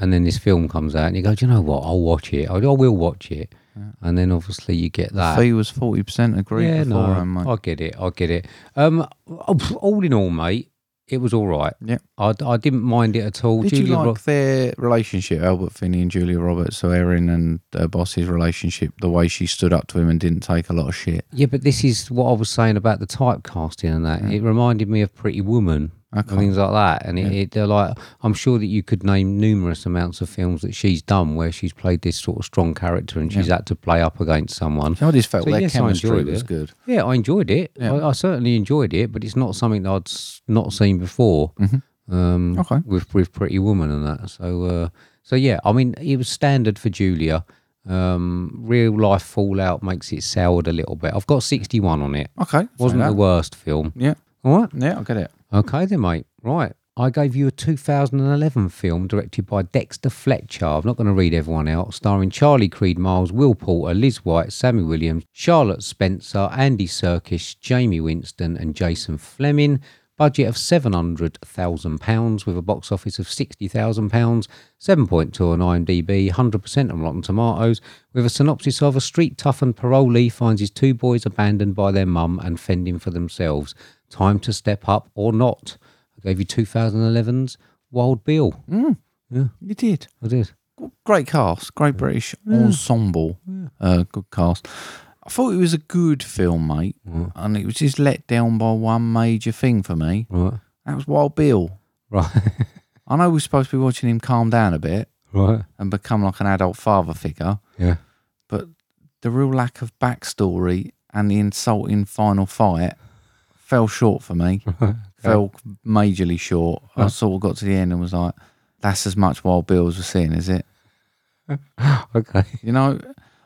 B: and then this film comes out and you go, "Do you know what? I'll watch it. I, I will watch it." And then obviously you get that.
A: Fee was forty percent agreed
B: yeah, no,
A: beforehand, mate.
B: I get it. I get it. Um, all in all, mate, it was all right.
A: Yeah.
B: I, I didn't mind it at all.
A: Did you
B: Julia
A: like
B: Ro-
A: their relationship, Albert Finney and Julia Roberts, so Erin and uh, Boss's relationship, the way she stood up to him and didn't take a lot of shit?
B: Yeah, but this is what I was saying about the typecasting and that. It reminded me of Pretty Woman and things like that. And it, it, they're like, I'm sure that you could name numerous amounts of films that she's done where she's played this sort of strong character and she's had to play up against someone.
A: I just felt
B: So
A: their
B: yes, I
A: chemistry
B: enjoyed
A: was
B: it.
A: good.
B: Yeah, I enjoyed it. I, I certainly enjoyed it, but it's not something that I'd s- not seen before. Um,
A: Mm-hmm. Okay.
B: with with Pretty Woman and that. So uh, so yeah, I mean it was standard for Julia. Um, real life fallout makes it soured a little bit. I've got sixty one on it.
A: Okay,
B: Wasn't
A: Oh, fair
B: the
A: enough.
B: worst film.
A: Yeah,
B: All right.
A: yeah, I get it.
B: Okay then, mate. Right. I gave you a 2011 film directed by Dexter Fletcher. I'm not going to read everyone out. Starring Charlie Creed Miles, Will Porter, Liz White, Sammy Williams, Charlotte Spencer, Andy Serkis, Jamie Winston, and Jason Fleming. Budget of £700,000 with a box office of £60,000, 7.2 on IMDb, 100% on Rotten Tomatoes, with a synopsis of a street toughened parolee finds his two boys abandoned by their mum and fending for themselves. Time to step up or not. I gave you 2011's Wild Bill.
A: Mm. You did.
B: I did.
A: great cast, great British ensemble, uh, good cast. I thought it was a good film, mate, and it was just let down by one major thing for me.
B: Right.
A: That was Wild Bill.
B: Right.
A: I know we're supposed to be watching him calm down a bit
B: right.
A: and become like an adult father figure,
B: Yeah.
A: but the real lack of backstory and the insulting final fight fell short for me. Fell majorly short. I sort of got to the end and was like, "That's as much Wild Bill as we're seeing, is it?"
B: Okay.
A: You know,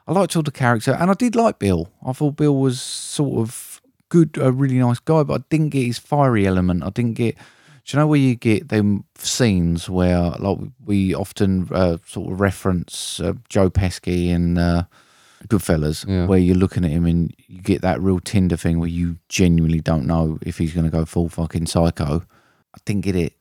A: I liked all the character, and I did like Bill. I thought Bill was sort of good, a really nice guy, but I didn't get his fiery element. I didn't get. Do you know where you get them scenes where, like, we often uh, sort of reference uh, Joe Pesky and uh, Goodfellas, where you're looking at him and you get that real Tinder thing where you genuinely don't know if he's going to go full fucking psycho. I didn't get it.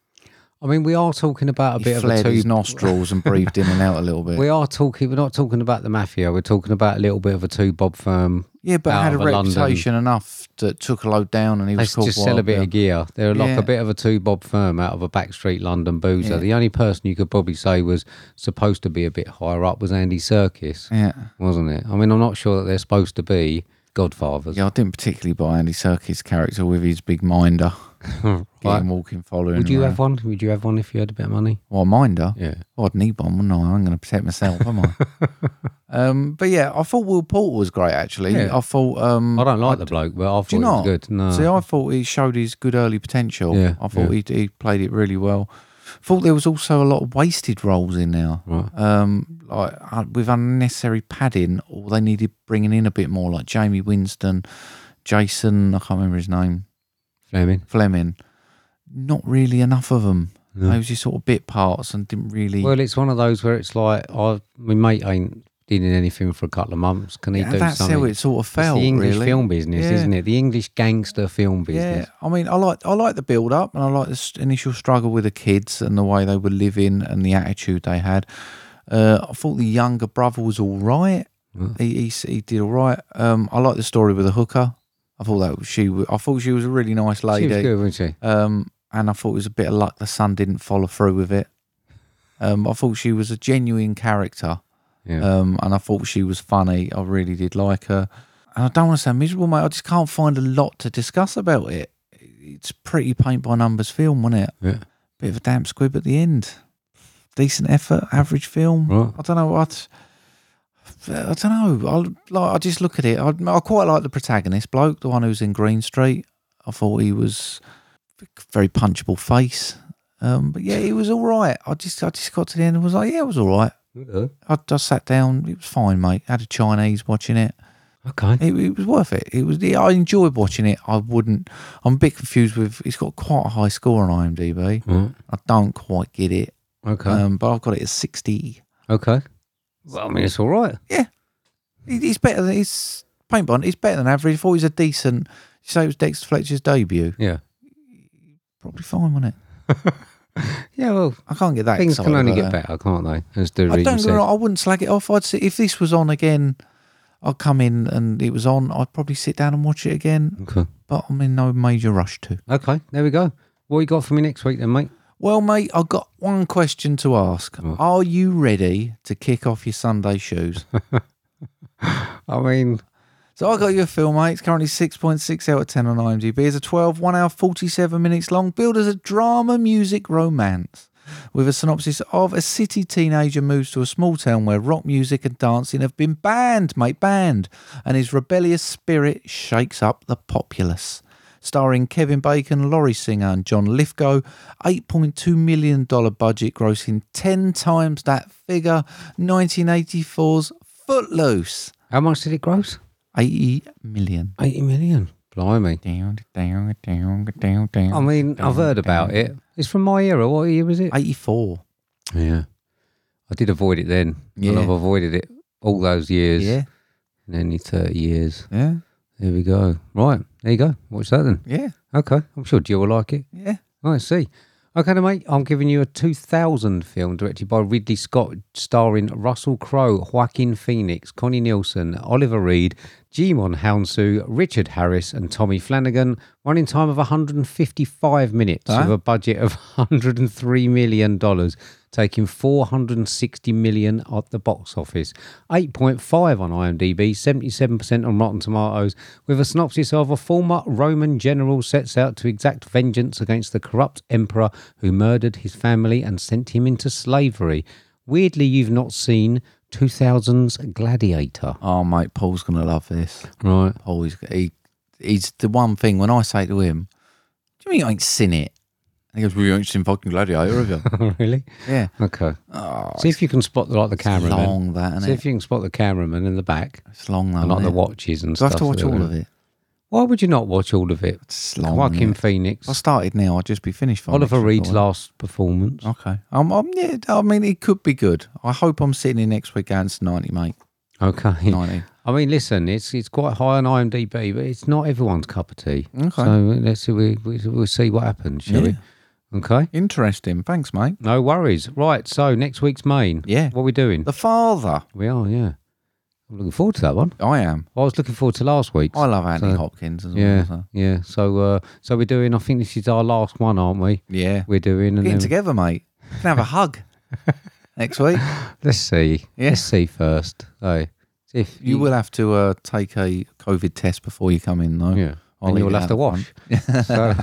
B: I mean, we are talking about a
A: He
B: bit
A: flared
B: of a two.
A: his nostrils and breathed in and out a little bit.
B: we are talking. We're not talking about the mafia. We're talking about a little bit of a two bob firm.
A: yeah, but
B: out
A: had a
B: of London.
A: reputation enough that took a load down, and he
B: They
A: was called
B: just sell a
A: Wild
B: bit
A: Bill.
B: of gear. They're like
A: Yeah.
B: a bit of a two bob firm out of a backstreet London boozer. The only person you could probably say was supposed to be a bit higher up was Andy Serkis,
A: Yeah,
B: wasn't it? I mean, I'm not sure that they're supposed to be godfathers.
A: yeah. I didn't particularly buy Andy Serkis' character with his big minder,
B: Right.
A: getting walking, following.
B: Would you
A: around.
B: have one? Would you have one if you had a bit of money?
A: Well, minder.
B: Yeah.
A: Oh, I'd need one, wouldn't I? I'm going to protect myself, am I? um, but yeah, I thought Will Porter was great. Actually,
B: Yeah.
A: I thought. Um,
B: I don't like the bloke, but I thought
A: do
B: it
A: you
B: was
A: not?
B: good. No.
A: See, I thought he showed his good early potential.
B: Yeah,
A: I thought he, he played it really well. Thought there was also a lot of wasted roles in there,
B: Right.
A: um, like uh, with unnecessary padding, or they needed bringing in a bit more, like Jamie Winston, Jason. I can't remember his name.
B: Fleming.
A: Fleming. Not really enough of them.
B: No.
A: They was just sort of bit parts and didn't really.
B: Well, it's one of those where it's like, I, my mate ain't doing anything for a couple of months. Can he
A: Yeah,
B: do
A: that's
B: something?
A: how it sort of
B: It's
A: felt.
B: the English
A: really.
B: film business,
A: Yeah.
B: isn't it? The English gangster film
A: Yeah,
B: business.
A: I mean, I like I like the build up, and I like this initial struggle with the kids and the way they were living and the attitude they had. Uh, I thought the younger brother was all right.
B: Hmm.
A: He, he s- he did all right. Um, I like the story with the hooker. I thought that she wa- I thought she was a really nice
B: She
A: lady.
B: was good, wasn't she?
A: Um, and I thought it was a bit of luck the son didn't follow through with it. Um, I thought she was a genuine character.
B: Yeah.
A: Um, and I thought she was funny. I really did like her. And I don't want to sound miserable, mate. I just can't find a lot to discuss about it. It's a pretty paint by numbers film, wasn't it?
B: Yeah.
A: Bit of a damp squib at the end. Decent effort, average film.
B: Right.
A: I don't know what. I don't know. I like. I just look at it. I, I quite like the protagonist bloke, the one who's in Green Street. I thought he was very punchable face. Um, but yeah, he was all right. I just, I just got to the end and was like, yeah, it was all right. I just sat down. It was fine, mate. Had a Chinese watching it.
B: Okay.
A: It, it was worth it. It was. I enjoyed watching it. I wouldn't. I'm a bit confused with. It's got quite a high score on IMDb.
B: Right.
A: I don't quite get it.
B: Okay.
A: Um, but I've got it at 60.
B: okay. Well, I mean, it's all right.
A: It- It's better than it's paint bond. It's better than average. I thought it was a decent. You say it was Dexter Fletcher's debut.
B: Yeah.
A: Probably fine, wasn't it?
B: Yeah, well,
A: I can't get that.
B: things
A: excited
B: can only
A: about
B: get
A: that.
B: better, can't they? As the
A: I
B: reading
A: don't get me
B: said.
A: wrong, I wouldn't slag it off. I'd say if this was on again, I'd come in and it was on. I'd probably sit down and watch it again.
B: Okay.
A: But I'm in no major rush to.
B: Okay, there we go. What you got for me next week then, mate?
A: Well, mate, I've got one question to ask. Are you ready to kick off your Sunday shoes?
B: I mean,
A: so I got you a film, mate. It's currently 6.6 out of 10 on IMDb. It's a 12, 1 hour, 47 minutes long, billed as a drama music romance. With a synopsis of a city teenager moves to a small town where rock music and dancing have been banned, mate, banned, and his rebellious spirit shakes up the populace. starring Kevin Bacon, Laurie Singer, and John Lithgow. $8.2 million budget, grossing 10 times that figure. 1984's Footloose,
B: how much did it gross?
A: 80 million.
B: 80 million. Blimey.
A: Down, down, down, down, down.
B: I mean, I've heard about it. It's from my era. What year was it?
A: 84.
B: Yeah. I did avoid it then. And
A: Yeah.
B: I've avoided it all those years.
A: Yeah,
B: And only 30 years.
A: yeah,
B: There we go. Right. There you go. Watch that then.
A: yeah,
B: Okay. I'm sure Jill will like it.
A: yeah.
B: I see. Okay, then, mate, I'm giving you a 2000 film directed by Ridley Scott, starring Russell Crowe, Joaquin Phoenix, Connie Nielsen, Oliver Reed, Jimon Hounsou, Richard Harris, and Tommy Flanagan. Running time of 155 minutes with a budget of $103 million, taking 460 million at the box office. 8.5 on IMDb, 77% on Rotten Tomatoes, with a synopsis of a former Roman general sets out to exact vengeance against the corrupt emperor who murdered his family and sent him into slavery. Weirdly, you've not seen 2000's Gladiator.
A: Oh, mate, Paul's going to love this.
B: Right.
A: Paul, he's, he, he's the one thing when I say to him, Do you mean you ain't seen it? And he goes, Well, you ain't seen fucking Gladiator, have you?
B: really?
A: yeah.
B: Okay. See if you can spot like the cameraman.
A: Oh, long, that, isn't
B: See
A: it?
B: if you can spot the cameraman in the back,
A: It's long, though.
B: and like
A: isn't
B: the
A: it?
B: watches and
A: Do I
B: stuff.
A: have to watch
B: that are
A: all
B: in.
A: of it?
B: Why would you not watch all of it?
A: It's long.
B: Joaquin
A: isn't it?
B: Phoenix.
A: If I started now, I'd just be finished. by
B: Oliver
A: next week,
B: Reed's
A: I would.
B: last performance.
A: Okay. Um, um, yeah, I mean, it could be good. I hope I'm sitting in next week against 90, mate.
B: Okay.
A: 90.
B: I mean, listen, it's it's quite high on IMDb, but it's not everyone's cup of tea.
A: Okay.
B: So let's see, we, we, we'll see what happens, shall we? Okay.
A: Interesting. Thanks, mate.
B: No worries. Right. So next week's main.
A: Yeah.
B: What are we doing?
A: The father.
B: we are. Yeah. I'm looking forward to that one.
A: I am.
B: I was looking forward to last week's.
A: I love Anthony
B: So-
A: Hopkins as well.
B: Yeah.
A: so-
B: Yeah. So uh, so we're doing. I think this is our last one, aren't we?
A: Yeah.
B: We're doing. And
A: Getting
B: then-
A: together, mate. Can have a hug next week.
B: Let's see.
A: Yeah.
B: Let's see first. So if
A: You will have to uh, take a COVID test before you come in, though.
B: Yeah.
A: I'll
B: and
A: leave
B: you'll
A: it
B: have
A: out
B: to
A: the
B: wash. so,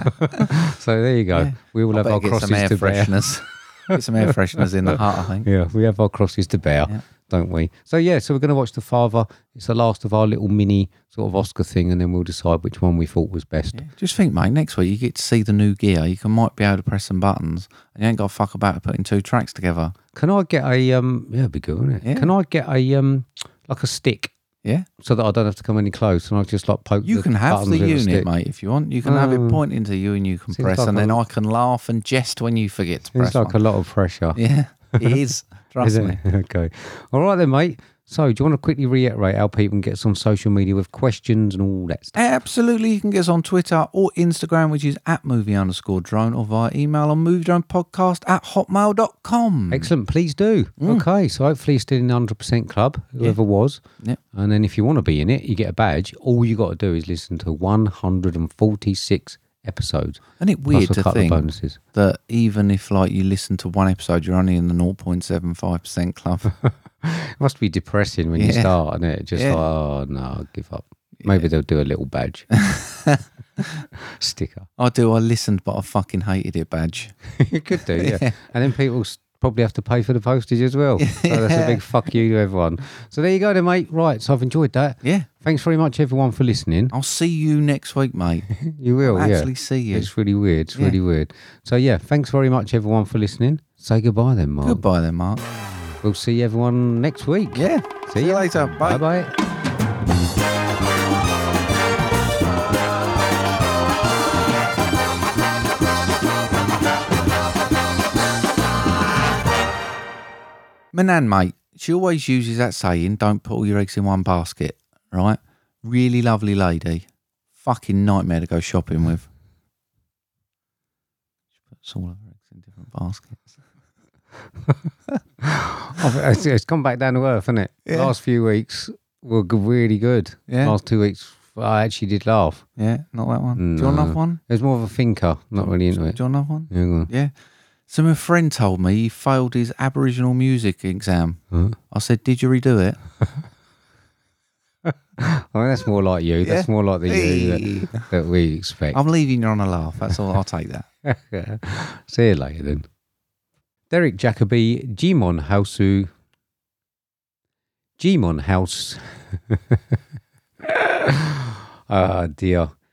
B: so there you go. We all
A: I
B: have
A: better
B: our
A: get
B: crosses
A: some air
B: to bear.
A: fresheners. get some air fresheners in the hut, I think.
B: Yeah, we have our crosses to bear, don't we? So yeah, so we're going to watch The Father. It's the last of our little mini sort of Oscar thing, and then we'll decide which one we thought was best.
A: Just think, mate, next week you get to see the new gear. You can might be able to press some buttons and you ain't got to fuck about putting two tracks together.
B: Can I get a um? Yeah, it'd be good, wouldn't it?
A: Yeah.
B: Can I get a um, like a stick,
A: Yeah.
B: so that I don't have to come any close, and I just like poke.
A: You
B: the
A: can have
B: buttons
A: the
B: with a
A: unit,
B: stick. Oh.
A: mate, if you want. You can have it pointing to you and you can
B: Seems
A: press,
B: like
A: and then
B: a-
A: I can laugh and jest when you forget to press.
B: It's like
A: one.
B: a lot of pressure.
A: Yeah, it is. Trust
B: Is it?
A: me.
B: okay. All right then, mate. So, do you want to quickly reiterate how people can get us on social media with questions and all that stuff?
A: Absolutely. You can get us on Twitter or Instagram, which is at movie underscore drone, or via email on movie drone podcast at hotmail.com.
B: Excellent. Please do.
A: Mm.
B: Okay. So, hopefully, you're still in the 100% club, whoever was.
A: Yep.
B: And then, if you want to be in it, you get a badge. All you got to do is listen to 146 episodes.
A: Isn't it
B: plus
A: weird
B: a
A: to
B: couple of
A: think
B: bonuses.
A: that even if like you listen to one episode, you're only in the 0.75% club?
B: It must be depressing when you
A: Yeah.
B: start, and it just
A: Yeah.
B: like, oh no, I'll give up. Maybe they'll do a little badge sticker.
A: I do. I listened, but I fucking hated it, badge.
B: you could do, yeah. And then people s- probably have to pay for the postage as well. So that's a big fuck you to everyone. So there you go, then, mate. Right. So I've enjoyed that.
A: Yeah.
B: Thanks very much, everyone, for listening.
A: I'll see you next week, mate.
B: You will,
A: Mm. I'll
B: Oh, yeah.
A: actually see you.
B: It's really weird. It's really weird. So yeah, thanks very much, everyone, for listening. Say goodbye then, Mark.
A: Goodbye then, Mark.
B: We'll see everyone next week.
A: Yeah.
B: See,
A: you
B: ya.
A: later. Bye.
B: Bye bye.
A: My nan, mate, she always uses that saying, don't put all your eggs in one basket, right? Really lovely lady. Fucking nightmare to go shopping with. She puts all of her eggs in different baskets.
B: Oh, it's, it's come back down to earth, hasn't it?
A: Yeah.
B: Last few weeks were g- really good.
A: Yeah.
B: Last two weeks, I actually did laugh.
A: Yeah, not that one. Do you want
B: No.
A: another one?
B: It was more of a thinker, not really into
A: Do
B: it.
A: you want another one?
B: Yeah, go on.
A: Yeah. So my friend told me he failed his Aboriginal music exam. I said, did you redo it?
B: I mean, that's more like you. That's
A: Yeah.
B: more like the you
A: Hey.
B: that, that we expect.
A: I'm leaving you on a laugh. That's all. I'll take that.
B: See you later then. Derek Jacobi, Jimon Hausu. Jimon House. Ah, dear.